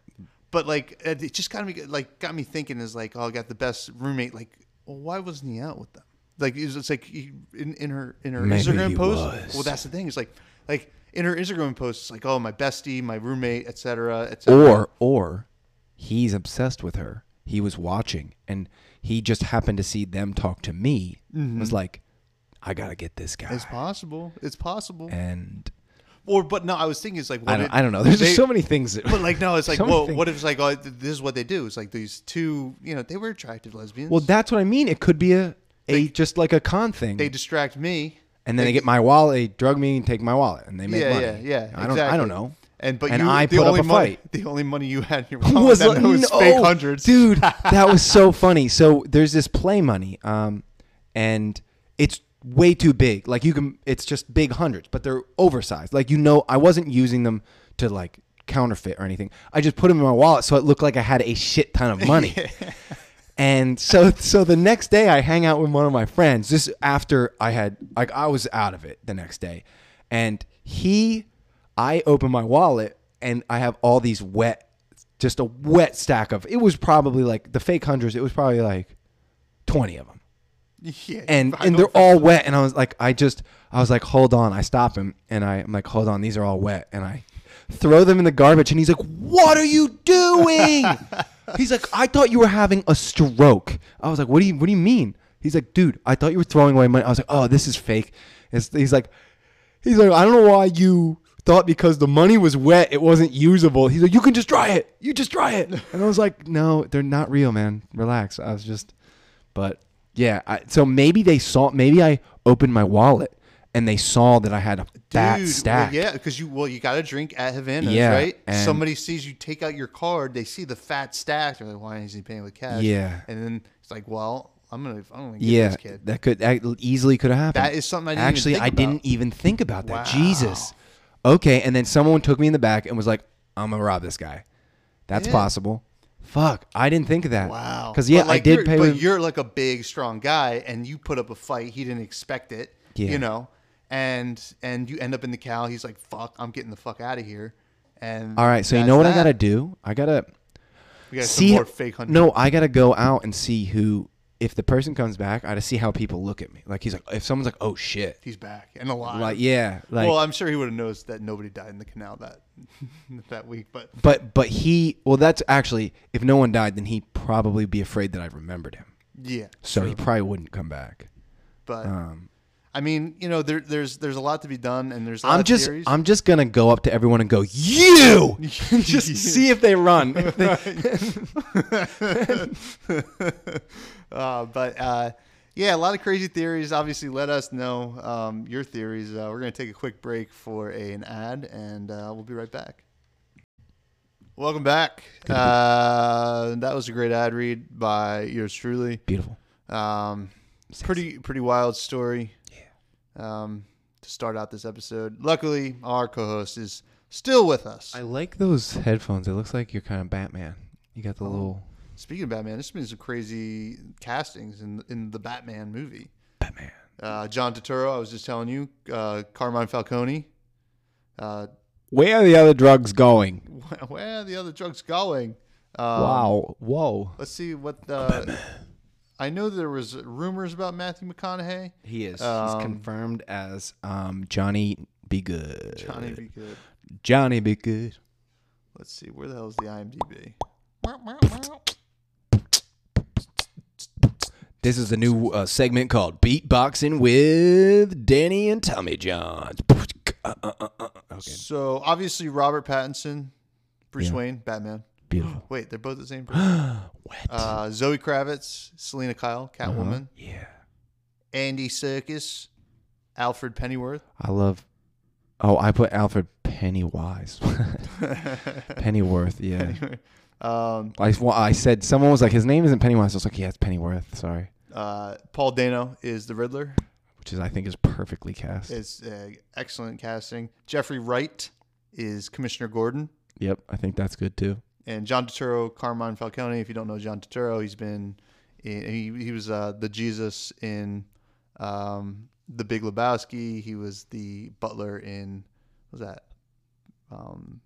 Speaker 1: But like it it just got me like got me thinking is like, oh, I got the best roommate. Like, well, why wasn't he out with them? Like it's, it's like he, in in her in her
Speaker 2: Maybe
Speaker 1: Instagram
Speaker 2: he
Speaker 1: post.
Speaker 2: was.
Speaker 1: Well, that's the thing. It's like like in her Instagram post, it's like, oh, my bestie, my roommate, etc., etc.
Speaker 2: Or or he's obsessed with her. He was watching, and he just happened to see them talk to me. Was like, I gotta get this guy.
Speaker 1: it's possible. It's possible.
Speaker 2: and
Speaker 1: Or but no, I was thinking it's like, what
Speaker 2: I don't,
Speaker 1: if-
Speaker 2: I don't know. There's
Speaker 1: they-
Speaker 2: just so many things. That,
Speaker 1: But like, no, it's like,
Speaker 2: so many
Speaker 1: well,
Speaker 2: things.
Speaker 1: what if it's like, oh, th- this is what they do? It's like these two, you know, they were attractive lesbians.
Speaker 2: Well, that's what I mean. It could be a a just like a con thing.
Speaker 1: they distract me.
Speaker 2: and then they get my wallet, they drug me and take my wallet, and they make
Speaker 1: yeah,
Speaker 2: money.
Speaker 1: yeah, yeah.
Speaker 2: I don't,
Speaker 1: exactly.
Speaker 2: I don't know.
Speaker 1: And but
Speaker 2: And
Speaker 1: you,
Speaker 2: I
Speaker 1: the
Speaker 2: put up
Speaker 1: only
Speaker 2: a
Speaker 1: money,
Speaker 2: fight.
Speaker 1: The only money you had in your wallet was, that
Speaker 2: like,
Speaker 1: was
Speaker 2: no,
Speaker 1: fake hundreds,
Speaker 2: oh, dude. That was so funny. So there's this play money, um, and it's way too big. Like you can, it's just big hundreds, but they're oversized. Like you know, I wasn't using them to like counterfeit or anything. I just put them in my wallet so it looked like I had a shit ton of money. And so, so the next day, I hang out with one of my friends. This after I had, like, I was out of it the next day, and he, I open my wallet and I have all these wet, just a wet stack of. It was probably like the fake hundreds. It was probably like twenty of them
Speaker 1: Yeah,
Speaker 2: and
Speaker 1: I don't-
Speaker 2: and they're all wet. And I was like, I just, I was like, hold on. I stop him and I, I'm like, hold on, these are all wet. And I throw them in the garbage. And he's like, what are you doing? he's like, I thought you were having a stroke. I was like, what do you, what do you mean? He's like, dude, I thought you were throwing away money. I was like, oh, this is fake. It's, he's like, he's like, I don't know why you thought because the money was wet, it wasn't usable. He's like, you can just try it. You just try it. And I was like, no, they're not real, man. Relax. I was just, but yeah. I, so maybe they saw. Maybe I opened my wallet and they saw that I had a fat
Speaker 1: Dude,
Speaker 2: stack.
Speaker 1: Well, yeah, because you well, you got a drink at Havana's,
Speaker 2: Yeah,
Speaker 1: right?
Speaker 2: and-
Speaker 1: Somebody sees you take out your card, they see the fat stack, they're like, "Why is he paying with cash?"
Speaker 2: Yeah.
Speaker 1: and then it's like, "Well, I'm gonna. I'm gonna get
Speaker 2: Yeah,
Speaker 1: this kid.
Speaker 2: that could that easily could have happened.
Speaker 1: That is something I didn't even
Speaker 2: actually
Speaker 1: think
Speaker 2: I
Speaker 1: about.
Speaker 2: didn't even think about that.
Speaker 1: Wow.
Speaker 2: Jesus. Okay, and then someone took me in the back and was like, "I'm gonna rob this guy." That's
Speaker 1: Yeah.
Speaker 2: possible. Fuck, I didn't think of that.
Speaker 1: Wow.
Speaker 2: Because yeah,
Speaker 1: But, like,
Speaker 2: I did
Speaker 1: you're,
Speaker 2: pay.
Speaker 1: But
Speaker 2: with-
Speaker 1: you're like a big, strong guy, and you put up a fight. He didn't expect it.
Speaker 2: Yeah.
Speaker 1: You know, and and you end up in the cow. He's like, "Fuck, I'm getting the fuck out of here." And
Speaker 2: All right, so you know what I gotta do? I gotta
Speaker 1: We got some
Speaker 2: see. how-
Speaker 1: more fake hunting.
Speaker 2: No, I gotta go out and see who. If the person comes back, I gotta see how people look at me. Like he's like, if someone's like, "Oh shit,"
Speaker 1: he's back and alive.
Speaker 2: like yeah, like
Speaker 1: well, I'm sure he would have noticed that nobody died in the canal that that week. But
Speaker 2: But but he well that's actually if no one died then he'd probably be afraid that I remembered him.
Speaker 1: yeah,
Speaker 2: So he probably wouldn't come back.
Speaker 1: but
Speaker 2: Um.
Speaker 1: I mean, you know, there, there's there's a lot to be done, and there's a lot
Speaker 2: I'm
Speaker 1: of
Speaker 2: just
Speaker 1: theories.
Speaker 2: I'm just gonna go up to everyone and go you And just see if they run. If they-
Speaker 1: Uh, but uh, yeah, a lot of crazy theories. Obviously, let us know um, your theories. Uh, we're going to take a quick break for a, an ad, and uh, we'll be right back. Welcome back. Uh, that was a great ad read by yours truly.
Speaker 2: Beautiful.
Speaker 1: Um, pretty pretty wild story. Yeah. Um, to start out this episode, luckily our co-host is still with us.
Speaker 2: I like those headphones. It looks like you're kind of Batman. You got the
Speaker 1: Oh.
Speaker 2: little
Speaker 1: Speaking of Batman, there's been some crazy castings in in the Batman movie.
Speaker 2: Batman.
Speaker 1: Uh, John Turturro, I was just telling you, uh, Carmine Falcone. Uh,
Speaker 2: Where are the other drugs going?
Speaker 1: wh- where are the other drugs going? Uh,
Speaker 2: wow. Whoa.
Speaker 1: Let's see what the. I know there was rumors about Matthew McConaughey.
Speaker 2: He is.
Speaker 1: Um,
Speaker 2: He's confirmed as um, Johnny Be Good.
Speaker 1: Johnny be good.
Speaker 2: Johnny Be Good.
Speaker 1: Let's see where the hell is the IMDb.
Speaker 2: This is a new uh, segment called Beatboxing with Danny and Tommy John. Okay.
Speaker 1: So obviously Robert Pattinson, Bruce
Speaker 2: Yeah.
Speaker 1: Wayne, Batman.
Speaker 2: Beautiful.
Speaker 1: Wait, they're both the same person.
Speaker 2: Wet.
Speaker 1: Uh, Zoe Kravitz, Selena Kyle,
Speaker 2: Uh-huh.
Speaker 1: Catwoman,
Speaker 2: yeah.
Speaker 1: Andy Serkis, Alfred Pennyworth.
Speaker 2: I love. Oh, I put Alfred Pennywise. Pennyworth, yeah.
Speaker 1: um,
Speaker 2: I, well, I said, someone was like, his name isn't Pennywise. I was like, yeah, it's Pennyworth. Sorry.
Speaker 1: uh, Paul Dano is the Riddler.
Speaker 2: Which is, I think, is perfectly cast.
Speaker 1: It's uh, excellent casting. Jeffrey Wright is Commissioner Gordon,
Speaker 2: yep. I think that's good too.
Speaker 1: and John Turturro, Carmine Falcone. If you don't know John Turturro, he's been in, he he was uh, the Jesus in um, The Big Lebowski. He was the butler in what was that um,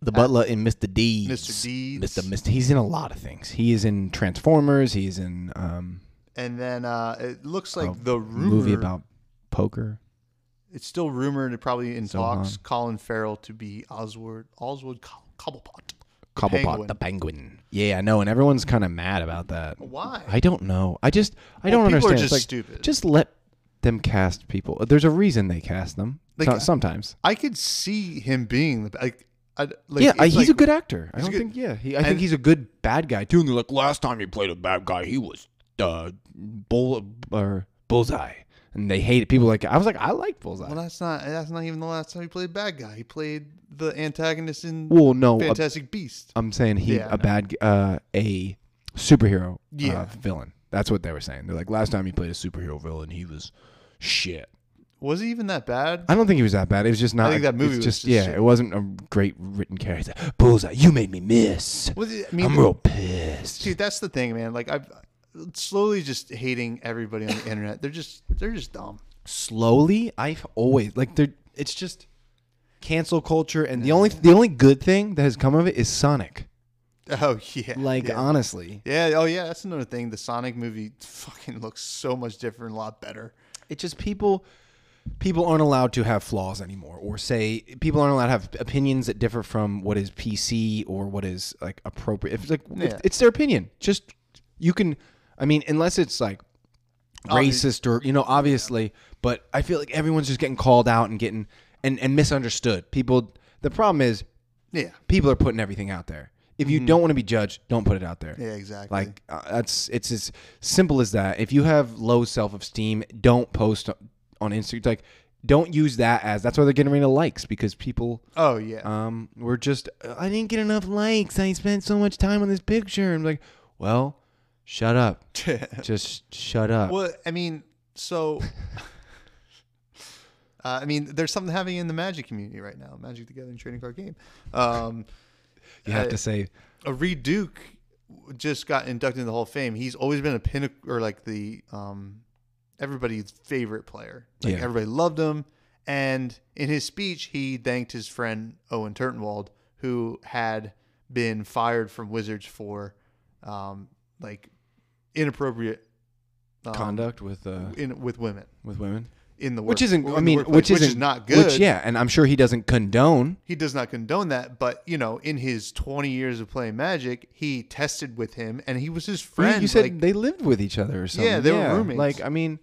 Speaker 2: The butler in Mr. Deeds.
Speaker 1: Mr. Deeds.
Speaker 2: Mr. Mr. He's in a lot of things. He is in Transformers. He's in um,
Speaker 1: And then uh, it looks like
Speaker 2: a
Speaker 1: the rumor
Speaker 2: Oh, movie about poker.
Speaker 1: it's still rumored and probably in
Speaker 2: So,
Speaker 1: talks Colin Farrell to be Oswald Oswald Co- Cobblepot.
Speaker 2: Cobblepot,
Speaker 1: Penguin.
Speaker 2: the penguin. Yeah, I know, and everyone's kind of mad about that.
Speaker 1: Why?
Speaker 2: I don't know. I just, I
Speaker 1: Well,
Speaker 2: don't
Speaker 1: people are
Speaker 2: understand. It's
Speaker 1: just
Speaker 2: like,
Speaker 1: stupid.
Speaker 2: Just let them cast people. There's a reason they cast them.
Speaker 1: Like,
Speaker 2: So-
Speaker 1: uh,
Speaker 2: sometimes.
Speaker 1: I could see him being the like. I, like
Speaker 2: yeah,
Speaker 1: it's
Speaker 2: I, he's
Speaker 1: like-
Speaker 2: a good actor. I
Speaker 1: he's
Speaker 2: don't
Speaker 1: good-
Speaker 2: think. Yeah, he, I
Speaker 1: and-
Speaker 2: think he's a good bad guy too. And they're like, last time you played a bad guy, he was uh, bull or bullseye, and they hated people. Like I was like, I like bullseye.
Speaker 1: Well, that's not that's not even the last time he played bad guy. He played the antagonist in
Speaker 2: Well, uh, no, a
Speaker 1: Fantastic Beast.
Speaker 2: I'm saying he
Speaker 1: Yeah, I
Speaker 2: a
Speaker 1: know.
Speaker 2: bad g- uh, a superhero
Speaker 1: Yeah.
Speaker 2: uh, villain. That's what they were saying. They're like last time he played a superhero villain, he was shit.
Speaker 1: Was he even that bad?
Speaker 2: I don't think he was that bad. It was just not.
Speaker 1: I think that
Speaker 2: it's
Speaker 1: movie was just
Speaker 2: yeah.
Speaker 1: shit.
Speaker 2: It wasn't a great written character. Bullseye, you made me miss.
Speaker 1: Was it, I
Speaker 2: I'm
Speaker 1: mean,
Speaker 2: real pissed.
Speaker 1: dude, that's the thing, man. Like I've slowly just hating everybody on the internet. They're just they're just dumb.
Speaker 2: Slowly, I've always like there. It's just cancel culture, and the only the only good thing that has come of it is Sonic.
Speaker 1: Oh yeah,
Speaker 2: Like
Speaker 1: yeah.
Speaker 2: honestly,
Speaker 1: Yeah, oh yeah, that's another thing. The Sonic movie fucking looks so much different, a lot better.
Speaker 2: It's just people people aren't allowed to have flaws anymore or say people aren't allowed to have opinions that differ from what is PC or what is like appropriate. If it's like if-
Speaker 1: Yeah.
Speaker 2: it's their opinion. Just you can I mean unless it's like racist or you know obviously, but I feel like everyone's just getting called out and getting and and misunderstood. People the problem is
Speaker 1: Yeah.
Speaker 2: people are putting everything out there. If you don't want to be judged, don't put it out there.
Speaker 1: Yeah, exactly.
Speaker 2: Like uh, that's it's as simple as that. If you have low self esteem, don't post on Instagram. Like, don't use that as. That's why they're getting rid of likes because people,
Speaker 1: oh yeah.
Speaker 2: um, were just I didn't get enough likes. I spent so much time on this picture. I'm like, well, Shut up. Just shut up.
Speaker 1: Well, I mean, so uh, I mean, there's something happening in the Magic community right now. Magic the Gathering trading card game. Um,
Speaker 2: you have to
Speaker 1: Uh,
Speaker 2: say
Speaker 1: a Reed Duke just got inducted into the Hall of Fame. He's always been a pinnacle, or like the um, everybody's favorite player. Like
Speaker 2: Yeah.
Speaker 1: everybody loved him. And in his speech, he thanked his friend Owen Turtenwald, who had been fired from Wizards for um, like inappropriate um,
Speaker 2: conduct with uh,
Speaker 1: in, with women
Speaker 2: with women,
Speaker 1: in the work,
Speaker 2: which isn't.
Speaker 1: in
Speaker 2: I
Speaker 1: the
Speaker 2: mean,
Speaker 1: workplace,
Speaker 2: which isn't
Speaker 1: is not good.
Speaker 2: Which yeah, and I'm sure he doesn't condone.
Speaker 1: he does not condone that, but you know, in his 20 years of playing Magic, he tested with him, and he was his friend.
Speaker 2: you said
Speaker 1: like-
Speaker 2: they lived with each other or something.
Speaker 1: Yeah, they were roommates.
Speaker 2: Like I mean,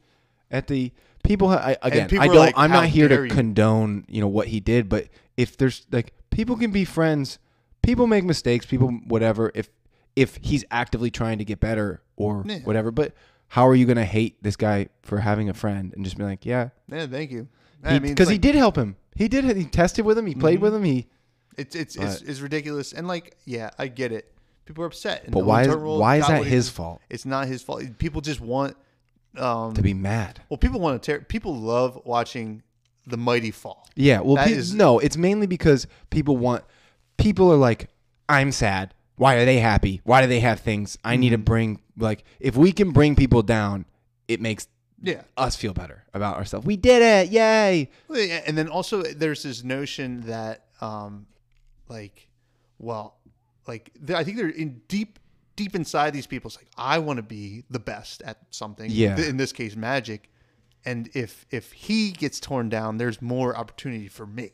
Speaker 2: at the people ha- I, again,
Speaker 1: people
Speaker 2: I
Speaker 1: are
Speaker 2: don't.
Speaker 1: like,
Speaker 2: I'm
Speaker 1: "How
Speaker 2: not here to
Speaker 1: dare you."
Speaker 2: condone you know what he did, but if there's like people can be friends, people make mistakes, people whatever. If if he's actively trying to get better or
Speaker 1: Yeah.
Speaker 2: whatever, but how are you gonna hate this guy for having a friend and just be like, yeah,
Speaker 1: yeah, thank you.
Speaker 2: because
Speaker 1: I
Speaker 2: he,
Speaker 1: mean,
Speaker 2: 'cause he
Speaker 1: like, Mm-hmm.
Speaker 2: did help him. He did. He tested with him. He played with him. He.
Speaker 1: It's it's, it's
Speaker 2: but-
Speaker 1: it's ridiculous, and like, yeah, I get it. People are upset, and
Speaker 2: But
Speaker 1: Owen
Speaker 2: why? Is,
Speaker 1: Turnerall
Speaker 2: why is
Speaker 1: got
Speaker 2: that
Speaker 1: what he-
Speaker 2: his fault?
Speaker 1: It's not his fault. People just want. Um,
Speaker 2: To be mad.
Speaker 1: well, people want to tear. People love watching the mighty fall.
Speaker 2: Yeah, well,
Speaker 1: That
Speaker 2: pe-
Speaker 1: is-
Speaker 2: no, it's mainly because people want. People are like, I'm sad. Why are they happy? Why do they have things? I need to
Speaker 1: Mm-hmm.
Speaker 2: bring like if we can bring people down, it makes
Speaker 1: Yeah,
Speaker 2: us feel better about ourselves. We did it! Yay!
Speaker 1: Well, yeah, And then also there's this notion that, um, like, well, like th- I think they're in deep, deep inside these people. It's like I want to be the best at something.
Speaker 2: Yeah.
Speaker 1: Th- In this case, magic. And if if he gets torn down, there's more opportunity for me,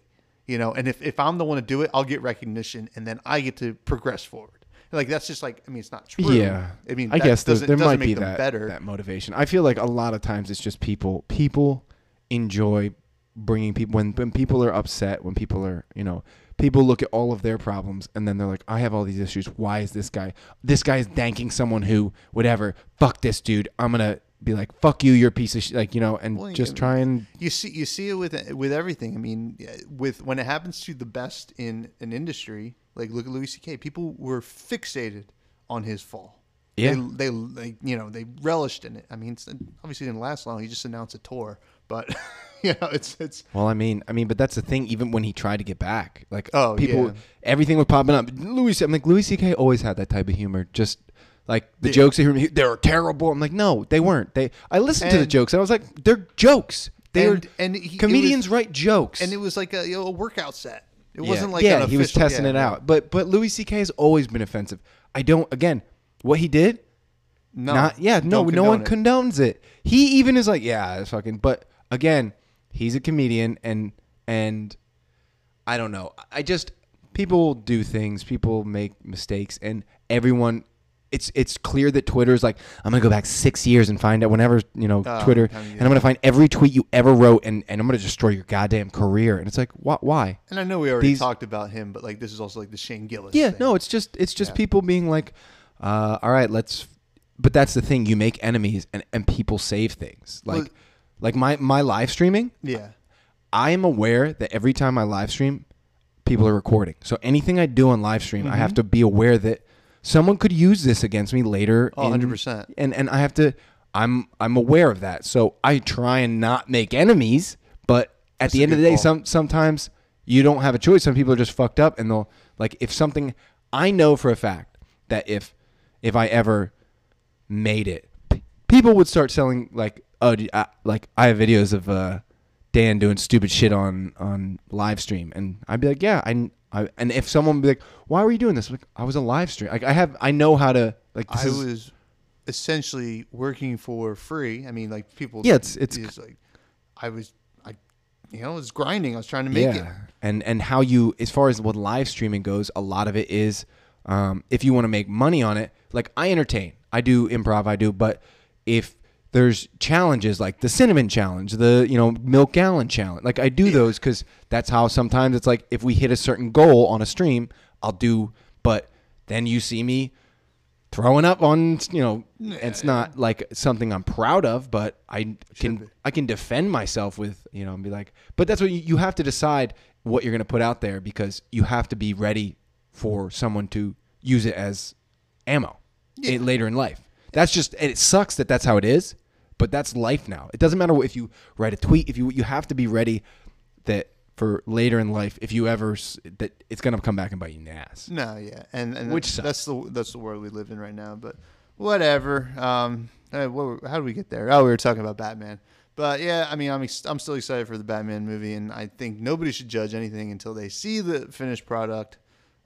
Speaker 1: you know. And if if I'm the one to do it, I'll get recognition, and then I get to progress forward. Like that's just like I mean, it's not true.
Speaker 2: Yeah,
Speaker 1: I mean,
Speaker 2: I
Speaker 1: that
Speaker 2: guess there,
Speaker 1: doesn't-
Speaker 2: there
Speaker 1: doesn't
Speaker 2: might
Speaker 1: make
Speaker 2: be
Speaker 1: them
Speaker 2: that
Speaker 1: better.
Speaker 2: that motivation. I feel like a lot of times it's just people. People enjoy bringing people when when people are upset. When people are you know people look at all of their problems and then they're like, I have all these issues. Why is this guy? This guy is thanking someone who whatever. Fuck this dude. I'm gonna be like, fuck you. You're a piece of shit. Like you know, and
Speaker 1: yeah,
Speaker 2: just
Speaker 1: I mean,
Speaker 2: try and
Speaker 1: you see you see it with with everything. I mean, with when it happens to the best in an industry, like look at Louis C.K. People were fixated on his fall.
Speaker 2: Yeah.
Speaker 1: they, they, they you know they relished in it. I mean, it's, obviously it didn't last long. He just announced a tour, but you know it's it's
Speaker 2: Well, I mean, I mean, but that's the thing. Even when he tried to get back, like
Speaker 1: Oh,
Speaker 2: people,
Speaker 1: yeah.
Speaker 2: everything was popping up. Louis, I'm like Louis C.K. always had that type of humor. Just like the jokes they were, they were terrible. I'm like, no, they weren't. They, I listened to the
Speaker 1: And-
Speaker 2: jokes, and I was like, they're jokes. They're
Speaker 1: And- and he- it was-
Speaker 2: comedians write jokes.
Speaker 1: and it was like a, you know, a workout set. It wasn't like
Speaker 2: yeah,
Speaker 1: an
Speaker 2: he was
Speaker 1: official-
Speaker 2: testing
Speaker 1: yeah,
Speaker 2: it out. But but Louis C.K. has always been offensive. I don't. Again, what he did,
Speaker 1: No,
Speaker 2: not yeah, no,
Speaker 1: don't
Speaker 2: no one
Speaker 1: condone
Speaker 2: condones it. He even is like, yeah, it's fucking. But again, he's a comedian, and and I don't know. I just people do things, people make mistakes, and everyone. It's it's clear that Twitter is like I'm gonna go back six years and find out whenever you know Twitter,
Speaker 1: I mean,
Speaker 2: and I'm gonna find every tweet you ever wrote, and, and I'm gonna destroy your goddamn career. And it's like, why? Why?
Speaker 1: And I know we already
Speaker 2: These-
Speaker 1: talked about him, but like this is also like the Shane Gillis.
Speaker 2: Yeah,
Speaker 1: thing.
Speaker 2: no, it's just it's just people being like, uh, all right, let's. But that's the thing. You make enemies, and and people save things. Like,
Speaker 1: Well-
Speaker 2: like my my live streaming.
Speaker 1: yeah.
Speaker 2: I am aware that every time I live stream, people are recording. So anything I do on live stream, I
Speaker 1: Mm-hmm.
Speaker 2: have to be aware that someone could use this against me later.
Speaker 1: Oh,
Speaker 2: in-
Speaker 1: 100%.
Speaker 2: And and I have to. I'm I'm aware of that. So I try and not make enemies. But at the end of the day, some sometimes you don't have a choice. Some people are just fucked up, and they'll like if something. I know for a fact that if if I ever made it, p- people would start selling like oh d- I- like I have videos of uh, Dan doing stupid shit on on live stream, and I'd be like, yeah, I, I and if someone would be like, why were you doing this? I'm like I was a live stream. Like I have I know how to like this
Speaker 1: I
Speaker 2: is
Speaker 1: was essentially working for free. I mean, like people.
Speaker 2: Yeah, it's- it's-
Speaker 1: like I was, I, you know, I was grinding. I was trying to make it.
Speaker 2: And and how you as far as what live streaming goes, a lot of it is um, if you want to make money on it, like I entertain. I do improv, I do, but if there's challenges like the cinnamon challenge, the you know milk gallon challenge. Like I do those cuz that's how sometimes it's like if we hit a certain goal on a stream, I'll do but then you see me throwing up on you know it's not like something i'm proud of but i can i can defend myself with you know and be like but that's what you, you have to decide what you're going to put out there because you have to be ready for someone to use it as ammo i- eh, later in life That's just and it sucks that that's how it is, but that's life now. It doesn't matter what- if you write a tweet, if you you have to be ready that for later in life if you ever s- that it's going to come back and bite you in the ass.
Speaker 1: No, yeah, and and
Speaker 2: Which
Speaker 1: that's the that's the world we live in right now. But whatever. Um, uh, what, were- how do we get there? Oh, we were talking about Batman. But yeah, I mean, I'm ex- I'm still excited for the Batman movie, and I think nobody should judge anything until they see the finished product,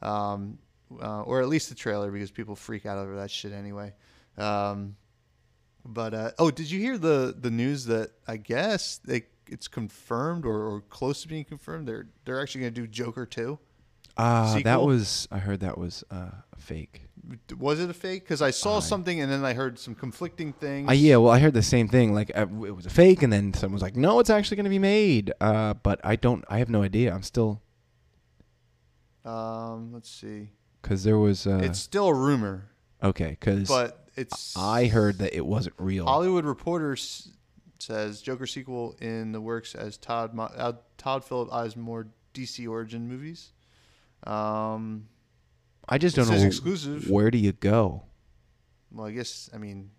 Speaker 1: um, uh, or at least the trailer, because people freak out over that shit anyway. Um, but uh, oh, did you hear the the news that I guess they it's confirmed or, or close to being confirmed? They're they're actually going to do Joker two.
Speaker 2: Ah, that
Speaker 1: Sequel?
Speaker 2: was I heard that was uh, a fake.
Speaker 1: was it a fake? Because I saw something and then I heard some conflicting things.
Speaker 2: I Uh, yeah, well, I heard the same thing. Like uh, it was a fake, and then someone was like, "No, it's actually going to be made." Uh, but I don't. I have no idea. I'm still
Speaker 1: Um, let's see.
Speaker 2: because there was uh,
Speaker 1: it's still a rumor,
Speaker 2: okay. Because
Speaker 1: but it's
Speaker 2: I heard that it wasn't real.
Speaker 1: Hollywood Reporter s- says Joker sequel in the works as Todd Mo- uh, Todd Philip Osmore DC origin movies. Um,
Speaker 2: I just
Speaker 1: it
Speaker 2: don't know.
Speaker 1: says
Speaker 2: wh-
Speaker 1: exclusive.
Speaker 2: Where do you go?
Speaker 1: well, I guess I mean,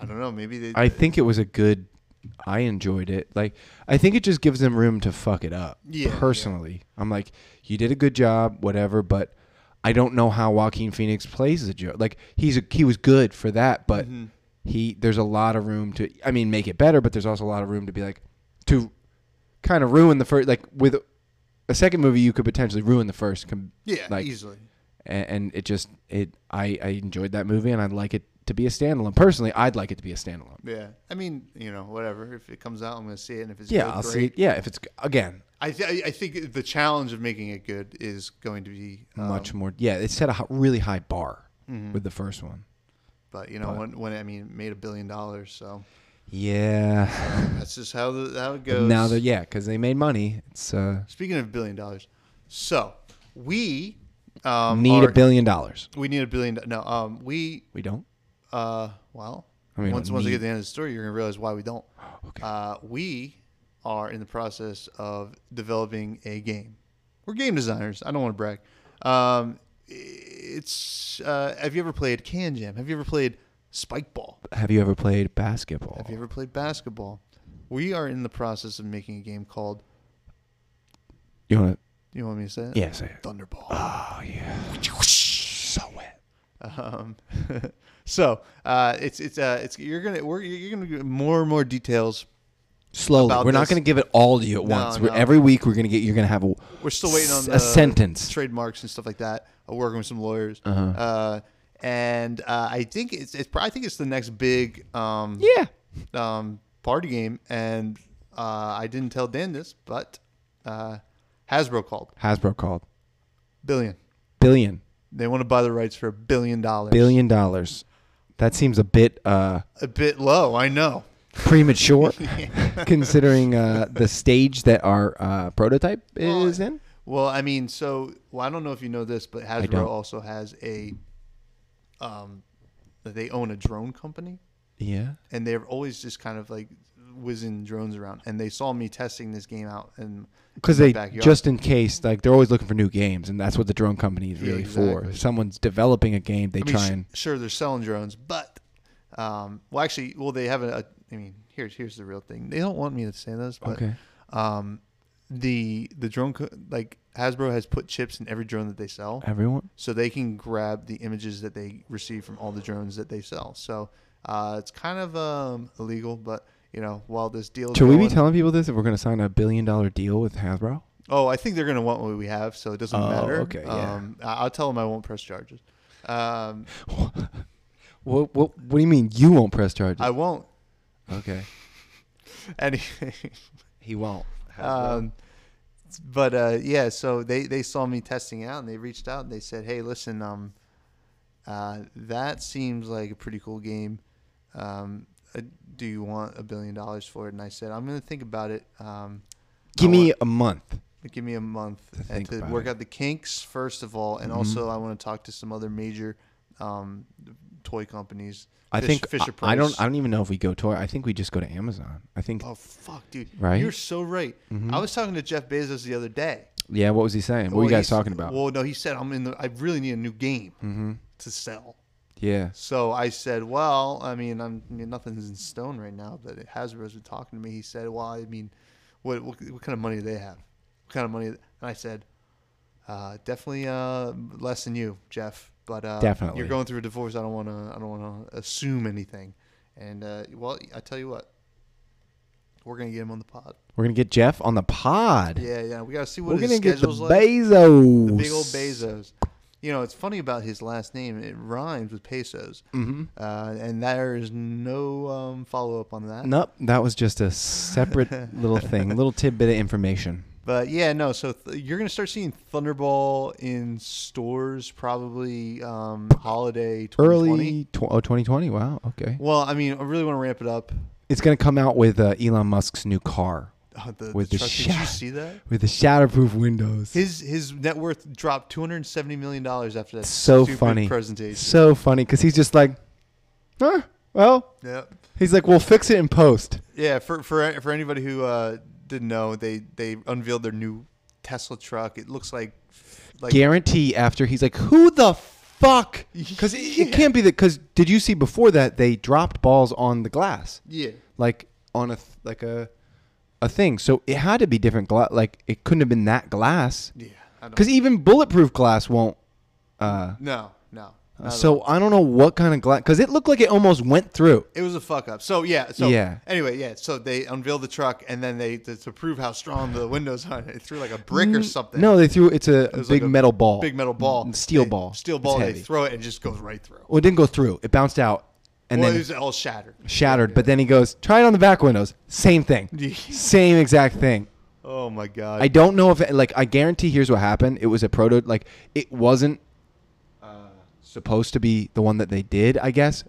Speaker 1: I don't know. Maybe they.
Speaker 2: I think it was a good. I enjoyed it. Like I think it just gives them room to fuck it up.
Speaker 1: Yeah, yeah.
Speaker 2: Personally, I'm like, you did a good job, whatever. But I don't know how Joaquin Phoenix plays the Joker. Like he's a, he was good for that, but
Speaker 1: Mm-hmm.
Speaker 2: he there's a lot of room to. I mean, make it better, but there's also a lot of room to be like to kind of ruin the first. Like with a second movie, you could potentially ruin the first. Com-
Speaker 1: yeah,
Speaker 2: like,
Speaker 1: easily.
Speaker 2: and, and it just it I I enjoyed that movie, and I'd like it to be a standalone. Personally, I'd like it to be a standalone.
Speaker 1: Yeah, I mean, you know, whatever. If it comes out, I'm gonna see it. And if it's
Speaker 2: Yeah,
Speaker 1: good,
Speaker 2: I'll
Speaker 1: great.
Speaker 2: see. Yeah, if it's again
Speaker 1: I, th- I I think the challenge of making it good is going to be um, Mm-hmm.
Speaker 2: much more. Yeah, it set a h- really high bar with the first one.
Speaker 1: But you know, when, when I mean, it made a billion dollars, so
Speaker 2: Yeah.
Speaker 1: that's just how the, how it goes.
Speaker 2: now that yeah, because they made money. It's uh,
Speaker 1: speaking of billion dollars, so we um,
Speaker 2: need
Speaker 1: are-
Speaker 2: a billion dollars.
Speaker 1: We need a billion. do- No, um, we
Speaker 2: We don't.
Speaker 1: uh, well,
Speaker 2: I mean,
Speaker 1: once once I
Speaker 2: need-
Speaker 1: get to the end of the story, you're gonna realize why we don't.
Speaker 2: Okay.
Speaker 1: Uh, we are in the process of developing a game. We're game designers. I don't want to brag. Um, it's uh, have you ever played Can Jam? Have you ever played Spike Ball?
Speaker 2: Have you ever played basketball?
Speaker 1: Have you ever played basketball? We are in the process of making a game called.
Speaker 2: You want
Speaker 1: You want me to say it?
Speaker 2: to? Yeah. Say it.
Speaker 1: Thunderball.
Speaker 2: Oh yeah. So wet.
Speaker 1: Um, so uh, it's it's uh, it's you're gonna we're, you're gonna get more and more details.
Speaker 2: Slowly.
Speaker 1: About
Speaker 2: we're not
Speaker 1: this-
Speaker 2: going to give it all to you at
Speaker 1: No,
Speaker 2: once. We're,
Speaker 1: no.
Speaker 2: every week we're going to get. You're going to have a.
Speaker 1: We're still waiting on
Speaker 2: s-
Speaker 1: the
Speaker 2: a sentence. Uh-huh.
Speaker 1: trademarks and stuff like that. Uh, working with some lawyers. uh and uh, I think it's it's I think it's the next big um,
Speaker 2: yeah.
Speaker 1: um, party game. And uh, I didn't tell Dan this, but uh, Hasbro called
Speaker 2: Hasbro called
Speaker 1: billion.
Speaker 2: billion
Speaker 1: They want to buy the rights for a billion dollars.
Speaker 2: billion dollars. That seems a bit uh
Speaker 1: A bit low, I know.
Speaker 2: premature considering uh, the stage that our uh, prototype is in.
Speaker 1: Well, I mean, so well, I don't know if you know this, but Hasbro
Speaker 2: don't.
Speaker 1: also has a um they own a drone company
Speaker 2: Yeah.
Speaker 1: and they're always just kind of like whizzing drones around and they saw me testing this game out and
Speaker 2: Because they just in case, like they're always looking for new games, and that's what the drone company is really for.
Speaker 1: exactly.
Speaker 2: If someone's developing a game, they
Speaker 1: I mean,
Speaker 2: try
Speaker 1: sh-
Speaker 2: and
Speaker 1: sure they're selling drones, but um well actually well they have a, a I mean, here's here's the real thing. They don't want me to say this, but
Speaker 2: okay.
Speaker 1: um the the drone co- like Hasbro has put chips in every drone that they sell.
Speaker 2: Everyone,
Speaker 1: so they can grab the images that they receive from all the drones that they sell. So uh, it's kind of um, illegal, but you know, while this deal, is
Speaker 2: should we be
Speaker 1: going-
Speaker 2: telling people this if we're going to sign a billion dollar deal with Hasbro?
Speaker 1: Oh, I think they're gonna want what we have, so it doesn't
Speaker 2: Oh,
Speaker 1: matter.
Speaker 2: okay, yeah.
Speaker 1: Um, I- I'll tell them I won't press charges. Um,
Speaker 2: What, what What do you mean you won't press charges?
Speaker 1: I won't.
Speaker 2: okay,
Speaker 1: Any.
Speaker 2: he won't.
Speaker 1: um, but uh, yeah, so they they saw me testing out, and they reached out and they said, "Hey, listen, um, uh, that seems like a pretty cool game. Um, uh, do you want a billion dollars for it?" And I said, "I'm gonna think about it. Um,
Speaker 2: Give
Speaker 1: I
Speaker 2: me
Speaker 1: want-
Speaker 2: a month.
Speaker 1: give me a month and
Speaker 2: think
Speaker 1: to
Speaker 2: about
Speaker 1: work
Speaker 2: it. Mm-hmm.
Speaker 1: out the kinks first of all, and also I want to talk to some other major um, toy companies.
Speaker 2: I
Speaker 1: Fish-
Speaker 2: think
Speaker 1: Fisher
Speaker 2: I, I don't.
Speaker 1: Price.
Speaker 2: I don't even know if we go to. I think we just go to Amazon. I think.
Speaker 1: Oh fuck, dude!
Speaker 2: Right? Mm-hmm.
Speaker 1: You're so right. I was talking to Jeff Bezos the other day.
Speaker 2: Yeah. What was he saying? What were
Speaker 1: Well,
Speaker 2: you guys
Speaker 1: he's-
Speaker 2: talking about? Mm-hmm.
Speaker 1: Well, no, he said I'm in the. I really need a new game to sell.
Speaker 2: Yeah.
Speaker 1: So I said, "Well, I mean, I'm I mean, nothing's in stone right now, but Hasbro's been talking to me." He said, "Well, I mean, what what, what kind of money do they have? What kind of money?" And I said, uh, "Definitely uh, less than you, Jeff, but uh,
Speaker 2: Definitely.
Speaker 1: you're going through a divorce. I don't want to. I don't want to assume anything." And uh, well, I tell you what, we're gonna get him on the pod.
Speaker 2: We're gonna get Jeff on the pod.
Speaker 1: Yeah, yeah, we gotta see what
Speaker 2: We're
Speaker 1: his
Speaker 2: gonna get the
Speaker 1: schedule's like.
Speaker 2: Bezos.
Speaker 1: The big old Bezos. You know, it's funny about his last name. It rhymes with pesos. Mm-hmm. Uh, and there is no um, follow up on that.
Speaker 2: Nope, that was just a separate little thing, little tidbit of information.
Speaker 1: But yeah, no. So th- you're going to start seeing Thunderball in stores probably um, holiday 2020.
Speaker 2: Early tw- oh, 2020. Wow. Okay.
Speaker 1: Well, I mean, I really want to ramp it up.
Speaker 2: It's gonna come out with uh, Elon Musk's new car
Speaker 1: Oh, the,
Speaker 2: With the
Speaker 1: the truck. Did
Speaker 2: shot.
Speaker 1: you see that?
Speaker 2: with the shatterproof windows.
Speaker 1: His his net worth dropped two hundred and seventy million dollars after that.
Speaker 2: so
Speaker 1: stupid
Speaker 2: funny.
Speaker 1: presentation.
Speaker 2: So funny because he's just like, huh? Well,
Speaker 1: yeah.
Speaker 2: he's like, we'll fix it in post.
Speaker 1: Yeah, for for for anybody who uh, didn't know, they they unveiled their new Tesla truck. It looks like like
Speaker 2: Guarantee after he's like, who the fuck? Because it, it can't be that. Because did you see before that they dropped balls on the glass?
Speaker 1: yeah.
Speaker 2: like on a th- like a a thing. So it had to be different glass. Like it couldn't have been that glass.
Speaker 1: Yeah, I don't-
Speaker 2: Because even bulletproof glass won't. Uh,
Speaker 1: No, no. not at all.
Speaker 2: so I don't know what kind of glass. Because it looked like it almost went through.
Speaker 1: it was a fuck up. So yeah, so
Speaker 2: Yeah.
Speaker 1: anyway, yeah, so they unveiled the truck and then they to, to prove how strong the windows are, they threw like a brick or something.
Speaker 2: No, they threw. It's a
Speaker 1: was like
Speaker 2: big
Speaker 1: a
Speaker 2: metal ball.
Speaker 1: big metal ball.
Speaker 2: Steel
Speaker 1: They-
Speaker 2: ball.
Speaker 1: Steel
Speaker 2: It's
Speaker 1: ball, they
Speaker 2: heavy.
Speaker 1: throw it and it just goes right through.
Speaker 2: well, it didn't go through. It bounced out and
Speaker 1: well, it
Speaker 2: then
Speaker 1: was all shattered.
Speaker 2: shattered. But then he goes, try it on the back windows. Same thing. Same exact thing.
Speaker 1: Oh my god.
Speaker 2: I don't know if like I guarantee here's what happened. It was a proto like it wasn't uh, supposed to be the one that they did, I guess.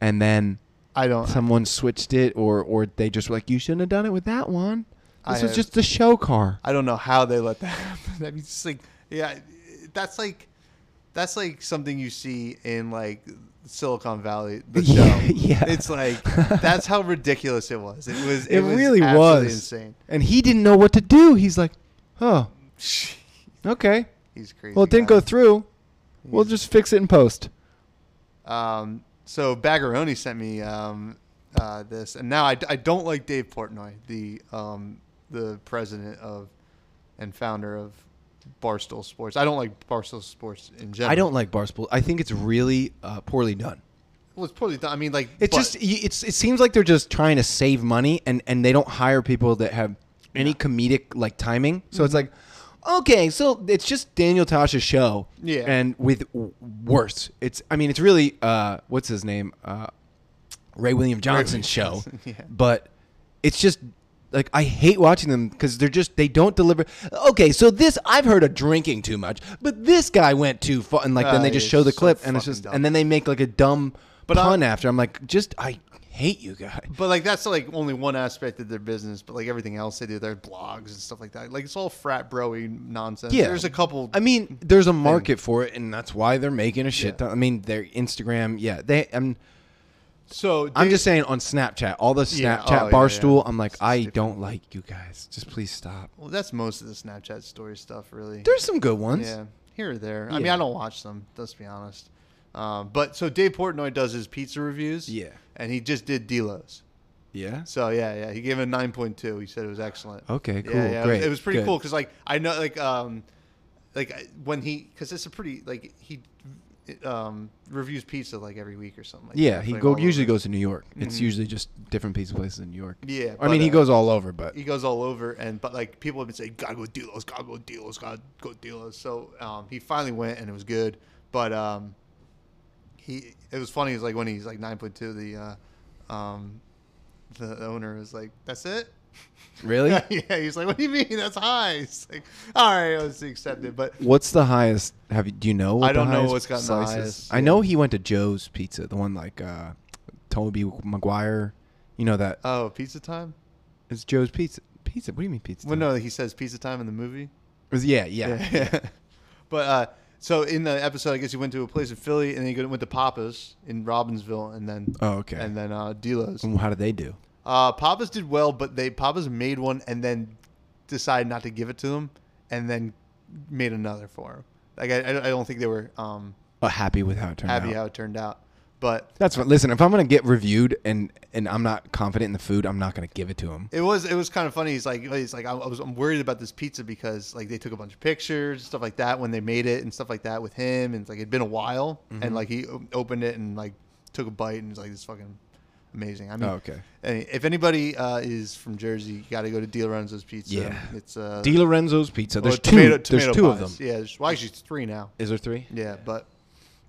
Speaker 2: And then
Speaker 1: I don't
Speaker 2: someone switched it or or they just were like you shouldn't have done it with that one. This
Speaker 1: I
Speaker 2: was
Speaker 1: have-
Speaker 2: just the show car.
Speaker 1: I don't know how they let that happen. I mean, it's like, yeah, that's like, that's like something you see in like Silicon Valley, the show.
Speaker 2: Yeah, yeah.
Speaker 1: It's like that's how ridiculous it was. It was. It,
Speaker 2: It,
Speaker 1: was
Speaker 2: really
Speaker 1: absolutely
Speaker 2: was
Speaker 1: insane.
Speaker 2: And he didn't know what to do. He's like, "Oh. Okay.
Speaker 1: He's crazy.
Speaker 2: Well, it didn't go through. We'll just fix it in post."
Speaker 1: through. Um, so Baggeroni sent me um, uh, this, and now I, I don't like Dave Portnoy, the um, the president of and founder of Barstool Sports. I don't like Barstool Sports in general.
Speaker 2: I don't like Barstool. I think it's really uh, poorly done.
Speaker 1: Well, it's poorly done. I mean, like
Speaker 2: It's
Speaker 1: but-
Speaker 2: just just y- it's it seems like they're just trying to save money and and they don't hire people that have any comedic like timing. So it's
Speaker 1: Mm-hmm.
Speaker 2: like okay, so it's just Daniel Tosh's show.
Speaker 1: Yeah.
Speaker 2: And with w- worse. It's I mean it's really uh what's his name? Uh Ray William Johnson's show. But it's just like I hate watching them because they're just they don't deliver. Okay, so this I've heard of drinking too much, but this guy went too far, and like then
Speaker 1: Uh,
Speaker 2: they just
Speaker 1: it's
Speaker 2: show the
Speaker 1: so
Speaker 2: clip, and it's
Speaker 1: fucking
Speaker 2: just
Speaker 1: dumb.
Speaker 2: and then they make like a dumb
Speaker 1: But I-
Speaker 2: pun after. I'm like, just I hate you guys.
Speaker 1: But like that's like only one aspect of their business, but like everything else they do, their blogs and stuff like that. Like it's all frat broy nonsense.
Speaker 2: Yeah,
Speaker 1: There's a couple
Speaker 2: I mean, there's a market for it, and that's why they're making a shit. Ton. I mean, their Instagram, yeah. They, I'm,
Speaker 1: so
Speaker 2: I'm
Speaker 1: Dave-
Speaker 2: just saying on Snapchat, all the
Speaker 1: Yeah,
Speaker 2: Snapchat
Speaker 1: oh, yeah,
Speaker 2: barstool.
Speaker 1: yeah.
Speaker 2: I'm like, I don't like you guys. Just please stop.
Speaker 1: well, that's most of the Snapchat story stuff really.
Speaker 2: There's some good ones.
Speaker 1: yeah. Here or there. I mean,
Speaker 2: Yeah.
Speaker 1: I don't watch them, let's be honest. Um, but so Dave Portnoy does his pizza reviews.
Speaker 2: Yeah.
Speaker 1: And he just did Delos.
Speaker 2: Yeah?
Speaker 1: So yeah, yeah, he gave it a nine point two. He said it was excellent.
Speaker 2: Okay, cool,
Speaker 1: Yeah, yeah, it was-
Speaker 2: great,
Speaker 1: It was pretty
Speaker 2: good.
Speaker 1: cool because like I know like um like I- when he because it's a pretty like he um reviews pizza like every week or something. Like
Speaker 2: Yeah,
Speaker 1: that,
Speaker 2: he
Speaker 1: like,
Speaker 2: go
Speaker 1: all
Speaker 2: usually
Speaker 1: over. Mm-hmm.
Speaker 2: goes to New York. It's usually just different pizza places in New York.
Speaker 1: Yeah,
Speaker 2: I mean,
Speaker 1: but,
Speaker 2: he
Speaker 1: uh,
Speaker 2: goes all over, but
Speaker 1: He goes all over and but like people have been saying gotta go Delos, gotta go Delos, gotta go Delos. So um he finally went and it was good, but um he it was funny. It's like when he's like nine point two, the uh um the owner was like, that's it.
Speaker 2: really,
Speaker 1: yeah, he's like, "What do you mean? That's high." He's like, "All right, let's accept it." But
Speaker 2: what's the highest? Have you do you know? What
Speaker 1: I
Speaker 2: the
Speaker 1: don't know
Speaker 2: highest
Speaker 1: what's gotten the
Speaker 2: slice is?
Speaker 1: highest,
Speaker 2: I know
Speaker 1: yeah.
Speaker 2: he went to Joe's Pizza, the one like uh, Toby McGuire. You know that
Speaker 1: oh, pizza time?
Speaker 2: It's Joe's Pizza. Pizza? What do you mean pizza?
Speaker 1: Well,
Speaker 2: time?
Speaker 1: no, he says pizza time in the movie.
Speaker 2: It was- yeah, yeah,
Speaker 1: but uh, so in the episode, I guess he went to a place in Philly, and then he go- went to Papa's in Robbinsville, and then
Speaker 2: Oh, okay.
Speaker 1: and then uh, Delos.
Speaker 2: How did they do?
Speaker 1: Uh, Papa's did well, but they Papa's made one and then decided not to give it to him, and then made another for him. Like I, I don't- I don't think they were um,
Speaker 2: Oh, happy with how it turned
Speaker 1: happy
Speaker 2: out.
Speaker 1: how it turned out. But
Speaker 2: That's what. Listen, if I'm gonna get reviewed and and I'm not confident in the food, I'm not gonna give it to him.
Speaker 1: it was it was kind of funny. He's like he's like I I was I'm worried about this pizza because like they took a bunch of pictures and stuff like that when they made it and stuff like that with him and it's like it'd been a while
Speaker 2: Mm-hmm.
Speaker 1: and like he o- opened it and like took a bite and was like this fucking amazing. I mean,
Speaker 2: Oh, okay.
Speaker 1: any- If anybody uh, is from Jersey, you got to go to Di Lorenzo's Pizza.
Speaker 2: Yeah.
Speaker 1: it's uh,
Speaker 2: Di Lorenzo's pizza.
Speaker 1: well,
Speaker 2: There's two.
Speaker 1: tomato-
Speaker 2: there's
Speaker 1: tomato
Speaker 2: two of them.
Speaker 1: pies. Yeah, there's, well actually it's three now.
Speaker 2: Is there three?
Speaker 1: Yeah, but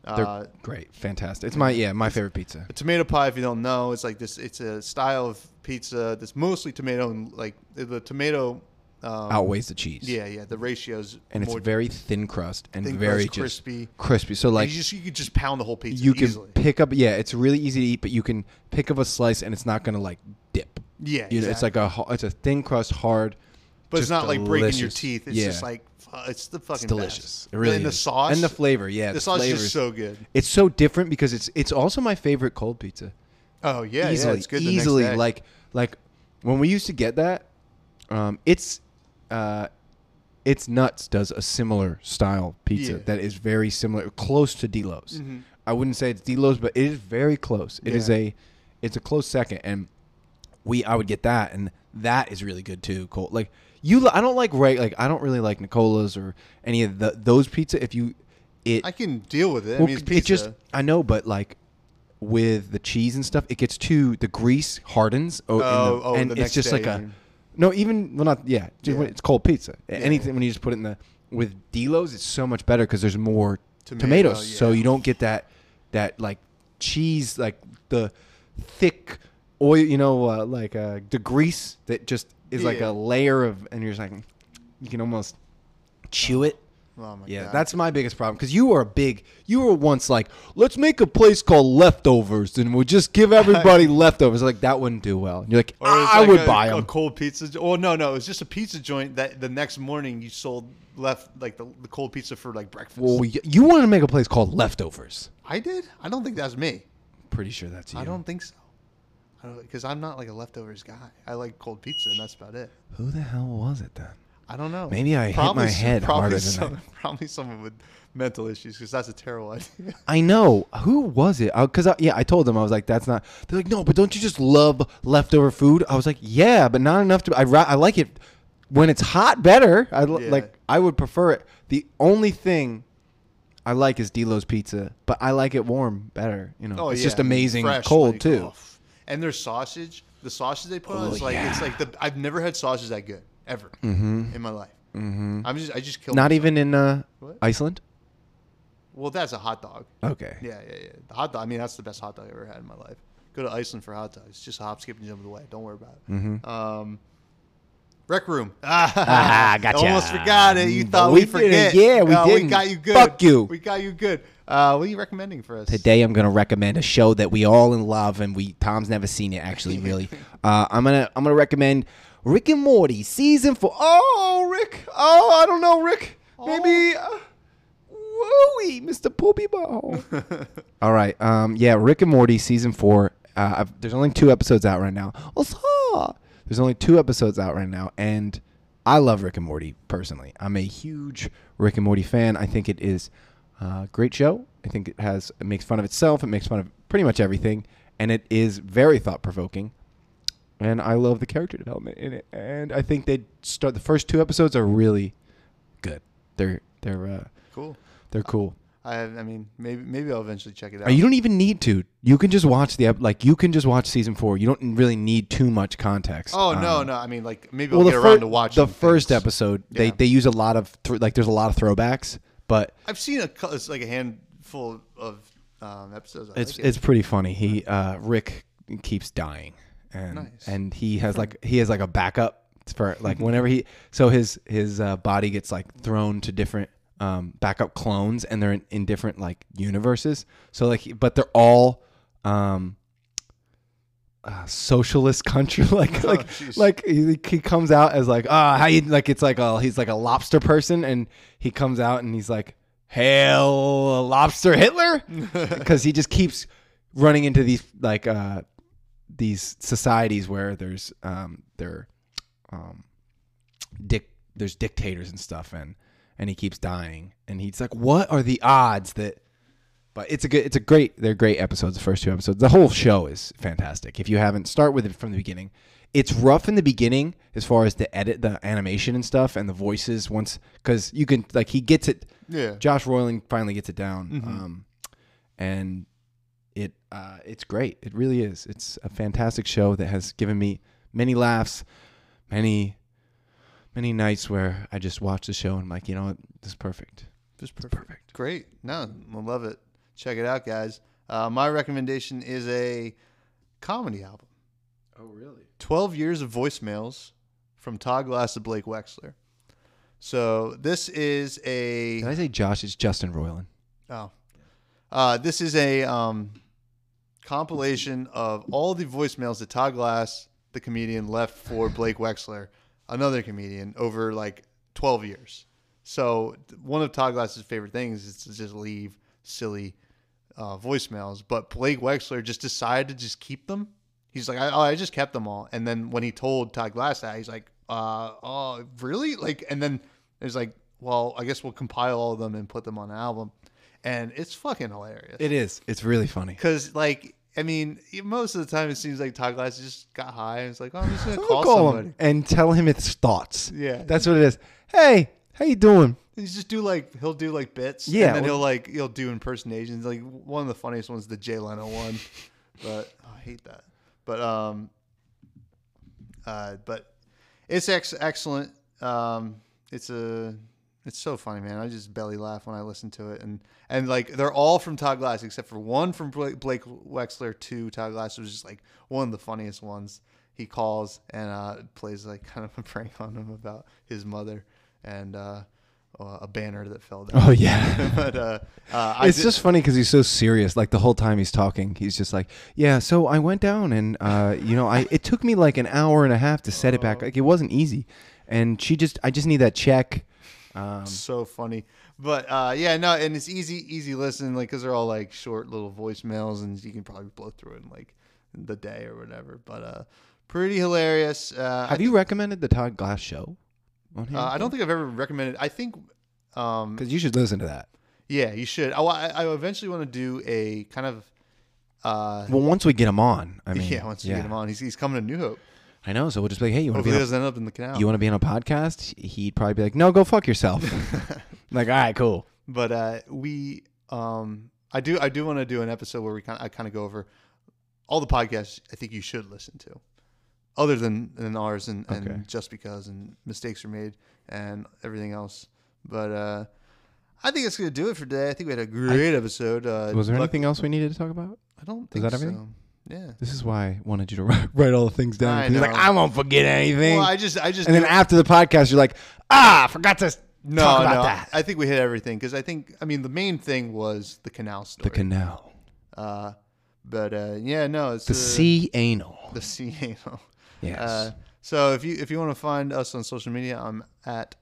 Speaker 2: They're
Speaker 1: uh,
Speaker 2: great, fantastic. It's my yeah, my favorite pizza.
Speaker 1: a tomato pie if you don't know it's like this it's a style of pizza that's mostly tomato and like the tomato um,
Speaker 2: Outweighs the cheese.
Speaker 1: yeah yeah the ratios
Speaker 2: and it's
Speaker 1: more
Speaker 2: very thin crust and
Speaker 1: thin
Speaker 2: very
Speaker 1: crust,
Speaker 2: just
Speaker 1: crispy.
Speaker 2: crispy. So like
Speaker 1: you just you could just pound the whole pizza
Speaker 2: you can
Speaker 1: easily.
Speaker 2: pick up yeah, it's really easy to eat, but you can pick up a slice and it's not gonna like dip.
Speaker 1: yeah
Speaker 2: You know, it's
Speaker 1: exactly.
Speaker 2: like a ho- it's a thin crust, hard.
Speaker 1: but it's
Speaker 2: just
Speaker 1: not like breaking your
Speaker 2: delicious.
Speaker 1: teeth it's
Speaker 2: yeah,
Speaker 1: just like fu- it's the fucking
Speaker 2: it's delicious.
Speaker 1: best.
Speaker 2: It really
Speaker 1: and the
Speaker 2: is.
Speaker 1: sauce
Speaker 2: and the flavor. Yeah,
Speaker 1: the sauce is
Speaker 2: flavors.
Speaker 1: just so good
Speaker 2: It's so different because it's it's also my favorite cold pizza.
Speaker 1: oh yeah
Speaker 2: easily,
Speaker 1: yeah, it's good the next
Speaker 2: easily.
Speaker 1: day.
Speaker 2: Like like when we used to get that, um, it's uh, it's nuts does a similar style pizza
Speaker 1: Yeah. Mm-hmm.
Speaker 2: that is very similar, close to Delos. I wouldn't say it's Delos, but it is very close. It is
Speaker 1: Yeah.
Speaker 2: a it's a close second, and we I would get that, and that is really good too. Cold like you, li- I don't like right like I don't really like Nicola's or any of the, those pizza. If you it
Speaker 1: I can deal with it I
Speaker 2: well,
Speaker 1: mean it's
Speaker 2: c-
Speaker 1: pizza
Speaker 2: It just I know, but like with the cheese and stuff, it gets too the grease hardens. Oh,
Speaker 1: Oh,
Speaker 2: and, the,
Speaker 1: oh,
Speaker 2: and
Speaker 1: the
Speaker 2: it's
Speaker 1: next
Speaker 2: just
Speaker 1: day,
Speaker 2: like
Speaker 1: you
Speaker 2: a
Speaker 1: mean.
Speaker 2: no. Even well, not yeah. Just when
Speaker 1: Yeah.
Speaker 2: it's cold pizza. Anything when you just put it in the with Delos, it's so much better because there's more
Speaker 1: Tomato,
Speaker 2: tomatoes, so
Speaker 1: yeah.
Speaker 2: you don't get that that like cheese like the thick oil. You know, uh, like uh, the grease that just is like
Speaker 1: Yeah.
Speaker 2: a layer of, and you're just like you can almost chew it.
Speaker 1: oh my
Speaker 2: Yeah,
Speaker 1: God.
Speaker 2: that's my biggest problem because you were a big. You were once like, let's make a place called Leftovers, and we'll just give everybody leftovers. Like that wouldn't do well. And you're like,
Speaker 1: Or it was
Speaker 2: I
Speaker 1: like
Speaker 2: would
Speaker 1: a,
Speaker 2: buy
Speaker 1: a
Speaker 2: them.
Speaker 1: cold pizza. jo- Oh no, no, it was just a pizza joint that the next morning you sold left like the, the cold pizza for like breakfast.
Speaker 2: Well, you, you wanted to make a place called Leftovers.
Speaker 1: I did. I don't think that's me.
Speaker 2: Pretty sure that's you.
Speaker 1: I don't think so. I don't because I'm not like a leftovers guy. I like cold pizza and that's about it.
Speaker 2: Who the hell was it then?
Speaker 1: I don't know.
Speaker 2: Maybe I hit my
Speaker 1: s-
Speaker 2: head
Speaker 1: probably
Speaker 2: harder than
Speaker 1: some- Probably someone with mental issues because that's a terrible idea.
Speaker 2: I know who was it? Because I, yeah, I told them I was like, that's not. They're like, no, but don't you just love leftover food? I was like, yeah, but not enough to. I ra- I like it when it's hot better. I li-
Speaker 1: Yeah.
Speaker 2: like. I would prefer it. The only thing I like is D'Lo's pizza, but I like it warm better. You know,
Speaker 1: Oh,
Speaker 2: it's
Speaker 1: yeah,
Speaker 2: just
Speaker 1: I mean,
Speaker 2: amazing
Speaker 1: fresh,
Speaker 2: cold
Speaker 1: like,
Speaker 2: too.
Speaker 1: oh. And their sausage, the sausage they put on
Speaker 2: Oh,
Speaker 1: is like it's
Speaker 2: yeah.
Speaker 1: like the I've never had sausage that good ever in my life. Mm-hmm. I'm just I just killed.
Speaker 2: Not
Speaker 1: myself.
Speaker 2: even in uh,
Speaker 1: What?
Speaker 2: Iceland.
Speaker 1: Well, that's a hot dog.
Speaker 2: Okay.
Speaker 1: Yeah, yeah, yeah. The hot dog. I mean, that's the best hot dog I ever had in my life. Go to Iceland for hot dogs. It's just a hop, skip, and jump away. Don't worry about it.
Speaker 2: Mm-hmm.
Speaker 1: Um, rec room. Ah,
Speaker 4: gotcha.
Speaker 1: Almost forgot it. You
Speaker 2: Mm,
Speaker 1: thought
Speaker 2: but
Speaker 1: we
Speaker 2: we
Speaker 1: forget.
Speaker 2: didn't. Yeah, we
Speaker 1: Uh,
Speaker 2: didn't.
Speaker 1: We got you good.
Speaker 2: Fuck you.
Speaker 1: We got you good. Uh, what are you recommending for us
Speaker 2: Today I'm gonna recommend a show that we all in love and we Tom's never seen it actually really. Uh, I'm gonna I'm gonna recommend Rick and Morty season four. Oh Rick, oh I don't know Rick, maybe uh, wooey Mr. Poopy Ball. all right, um yeah Rick and Morty season four. Uh, I've, there's only two episodes out right now. Also, There's only two episodes out right now and I love Rick and Morty personally. I'm a huge Rick and Morty fan. I think it is uh, great show. I think it has it makes fun of itself. It makes fun of pretty much everything, and it is very thought provoking. And I love the character development in it. And I think they start the first two episodes are really good. They're they're uh,
Speaker 1: Cool.
Speaker 2: they're cool.
Speaker 1: I, have, I mean, maybe maybe I'll eventually check it out.
Speaker 2: Uh, You don't even need to. You can just watch the ep- like you can just watch season four. You don't really need too much context.
Speaker 1: oh
Speaker 2: Um,
Speaker 1: no, no. I mean, like maybe
Speaker 2: Well,
Speaker 1: I'll
Speaker 2: the,
Speaker 1: get
Speaker 2: fir-
Speaker 1: around to watching
Speaker 2: the first
Speaker 1: things.
Speaker 2: episode, they,
Speaker 1: Yeah.
Speaker 2: they use a lot of thr like there's a lot of throwbacks, but
Speaker 1: I've seen a cou- it's like a handful of um, episodes. I
Speaker 2: it's
Speaker 1: like it.
Speaker 2: it's pretty funny. He uh, Rick keeps dying, and
Speaker 1: Nice.
Speaker 2: and he has like he has like a backup for like whenever he so his his uh, body gets like thrown to different um, backup clones, and they're in, in different like universes. So like, he- but they're all um, uh, socialist country like like
Speaker 1: jeez.
Speaker 2: like he, he comes out as like ah how you like it's like a he's like a lobster person and he comes out and he's like hail lobster hitler because he just keeps running into these like uh these societies where there's um they're um dic- there's dictators and stuff and and he keeps dying and he's like what are the odds that But it's a good, it's a great. They're great episodes. The first two episodes, the whole show is fantastic. If you haven't, start with it from the beginning. It's rough in the beginning as far as the edit, the animation and stuff, and the voices. Once because you can like he gets it.
Speaker 1: Yeah.
Speaker 2: Josh Roiland finally gets it down, um, and it uh, it's great. It really is. It's a fantastic show that has given me many laughs, many many nights where I just watch the show and I'm like, you know what, this is perfect.
Speaker 1: Just perfect. Great. No, I love it. Check it out, guys. Uh, my recommendation is a comedy album.
Speaker 2: Oh, really?
Speaker 1: 12 years of voicemails from Todd Glass to Blake Wexler. So this is
Speaker 2: Did
Speaker 1: a
Speaker 2: I say Josh? It's Justin Roiland.
Speaker 1: oh, uh, this is a um, compilation of all the voicemails that Todd Glass, the comedian, left for Blake Wexler, another comedian, over like 12 years. So one of Todd Glass's favorite things is to just leave silly uh, voicemails, but Blake Wexler just decided to just keep them. He's like, I, oh, I just kept them all. And then when he told Todd Glass that, he's like, uh, oh, really? Like, and then it's like, well, I guess we'll compile all of them and put them on an album. And it's fucking hilarious.
Speaker 2: It is. It's really funny.
Speaker 1: Because, like, I mean, most of the time it seems like Todd Glass just got high and it's like, oh, I'm just going to call, somebody.
Speaker 2: him and tell him his thoughts.
Speaker 1: Yeah.
Speaker 2: that's what it is. Hey, how you doing?
Speaker 1: He's just do like he'll do like bits.
Speaker 2: Yeah,
Speaker 1: and then
Speaker 2: well-
Speaker 1: he'll like he'll do impersonations. Like one of the funniest ones, the Jay Leno one. But oh, I hate that. But um, uh, but it's ex- excellent. Um, it's a it's so funny, man. I just belly laugh when I listen to it, and and like they're all from Todd Glass except for one from Blake, Blake Wexler to Todd Glass, which is just like one of the funniest ones. He calls and uh, plays like kind of a prank on him about his mother and uh, uh, a banner that fell down.
Speaker 2: Oh yeah.
Speaker 1: but uh, uh, I
Speaker 2: It's
Speaker 1: did-
Speaker 2: just funny because he's so serious. Like the whole time he's talking, he's just like, "Yeah, so I went down and uh, you know, I it took me like an hour and a half to set it back. Like it wasn't easy, and she just, I just need that check." Um,
Speaker 1: so funny. But uh, yeah, no, and it's easy, easy listening, like because they're all like short little voicemails, and you can probably blow through it in like the day or whatever. But uh, pretty hilarious. Uh,
Speaker 2: have you recommended the Todd Glass show? On here?
Speaker 1: Uh, I don't think I've ever recommended. I think, um,
Speaker 2: because you should listen to that.
Speaker 1: yeah, you should. Oh, I, I, I eventually want to do a kind of, uh,
Speaker 2: Well, once we get him on, I mean,
Speaker 1: yeah. Once you get him on, he's, he's coming to New Hope.
Speaker 2: I know. So we'll just be like, "Hey, you want to
Speaker 1: Hopefully,
Speaker 2: be
Speaker 1: he
Speaker 2: on a
Speaker 1: doesn't end up in the canal.
Speaker 2: You want to be on a podcast? He'd probably be like, no, go fuck yourself. like, all right, cool.
Speaker 1: but uh, we um, I do I do want to do an episode where we kind I kind of go over all the podcasts I think you should listen to, other than than ours and, and
Speaker 2: Okay.
Speaker 1: just because and mistakes are made and everything else. But uh, I think that's gonna do it for today. I think we had a great episode. Uh,
Speaker 2: Was there
Speaker 1: luck-
Speaker 2: anything else we needed to talk about?
Speaker 1: I don't think
Speaker 2: that
Speaker 1: so.
Speaker 2: everything?
Speaker 1: Yeah.
Speaker 2: This is why I wanted you to write, write all the things down.
Speaker 1: I
Speaker 2: 'cause you're
Speaker 1: know.
Speaker 2: like, I won't forget anything.
Speaker 1: Well, I just I just
Speaker 2: and then
Speaker 1: knew-
Speaker 2: after the podcast, you're like, ah, I forgot to
Speaker 1: no
Speaker 2: talk about
Speaker 1: no
Speaker 2: that.
Speaker 1: I think we hit everything because I think I mean the main thing was the canal story.
Speaker 2: The canal.
Speaker 1: uh, but uh, yeah, no, it's
Speaker 2: The
Speaker 1: uh,
Speaker 2: sea anal.
Speaker 1: the sea anal.
Speaker 2: Yes.
Speaker 1: Uh, so if you if you want to find us on social media, I'm at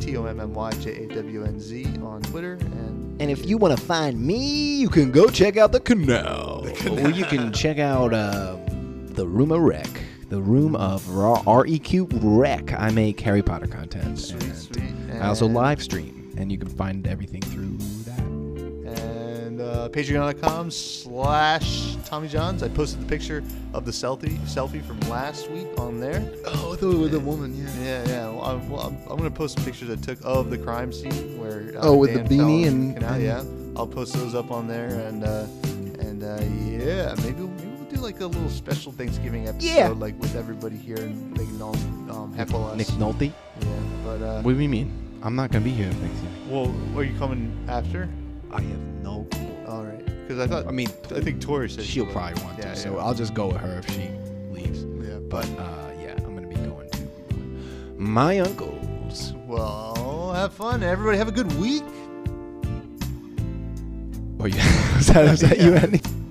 Speaker 1: T O M M Y J A W N Z on Twitter and
Speaker 2: And if you want to find me, you can go check out the canal. Or you can check out uh, the Room of Wreck. The Room of Raw R E Q Wreck. I make Harry Potter content. and
Speaker 1: sweet. And,
Speaker 2: I also live stream, and you can find everything through that.
Speaker 1: and uh, patreon.com slash Tommy Johns. I posted the picture of the selfie selfie from last week on there.
Speaker 2: Oh, I thought it was a woman.
Speaker 1: Yeah, yeah. Well, I'm, well, I'm, I'm gonna post some pictures I took of the crime scene where. Uh,
Speaker 2: Oh, with the
Speaker 1: Dan fell
Speaker 2: beanie
Speaker 1: in the
Speaker 2: and-
Speaker 1: canal.
Speaker 2: and-
Speaker 1: yeah, I'll post those up on there and uh, and uh, yeah, maybe we'll, maybe we'll do like a little special Thanksgiving episode,
Speaker 2: Yeah.
Speaker 1: like with everybody here and they can all um, heckle us.
Speaker 2: Nick Nolte.
Speaker 1: Yeah, but uh,
Speaker 2: What do you mean? I'm not gonna be here Thanksgiving.
Speaker 1: well, are you coming after?
Speaker 2: I have no. clue.
Speaker 1: All right, because I thought
Speaker 2: I mean, uh,
Speaker 1: I think Tori said she
Speaker 2: she'll
Speaker 1: would.
Speaker 2: probably want to,
Speaker 1: Yeah,
Speaker 2: so
Speaker 1: yeah.
Speaker 2: I'll just go with her if she leaves.
Speaker 1: yeah,
Speaker 2: But
Speaker 1: but
Speaker 2: uh, yeah, I'm gonna be going to my uncle's.
Speaker 1: well, have fun, everybody. Have a good week.
Speaker 2: Oh yeah, was that, was that you, Andy?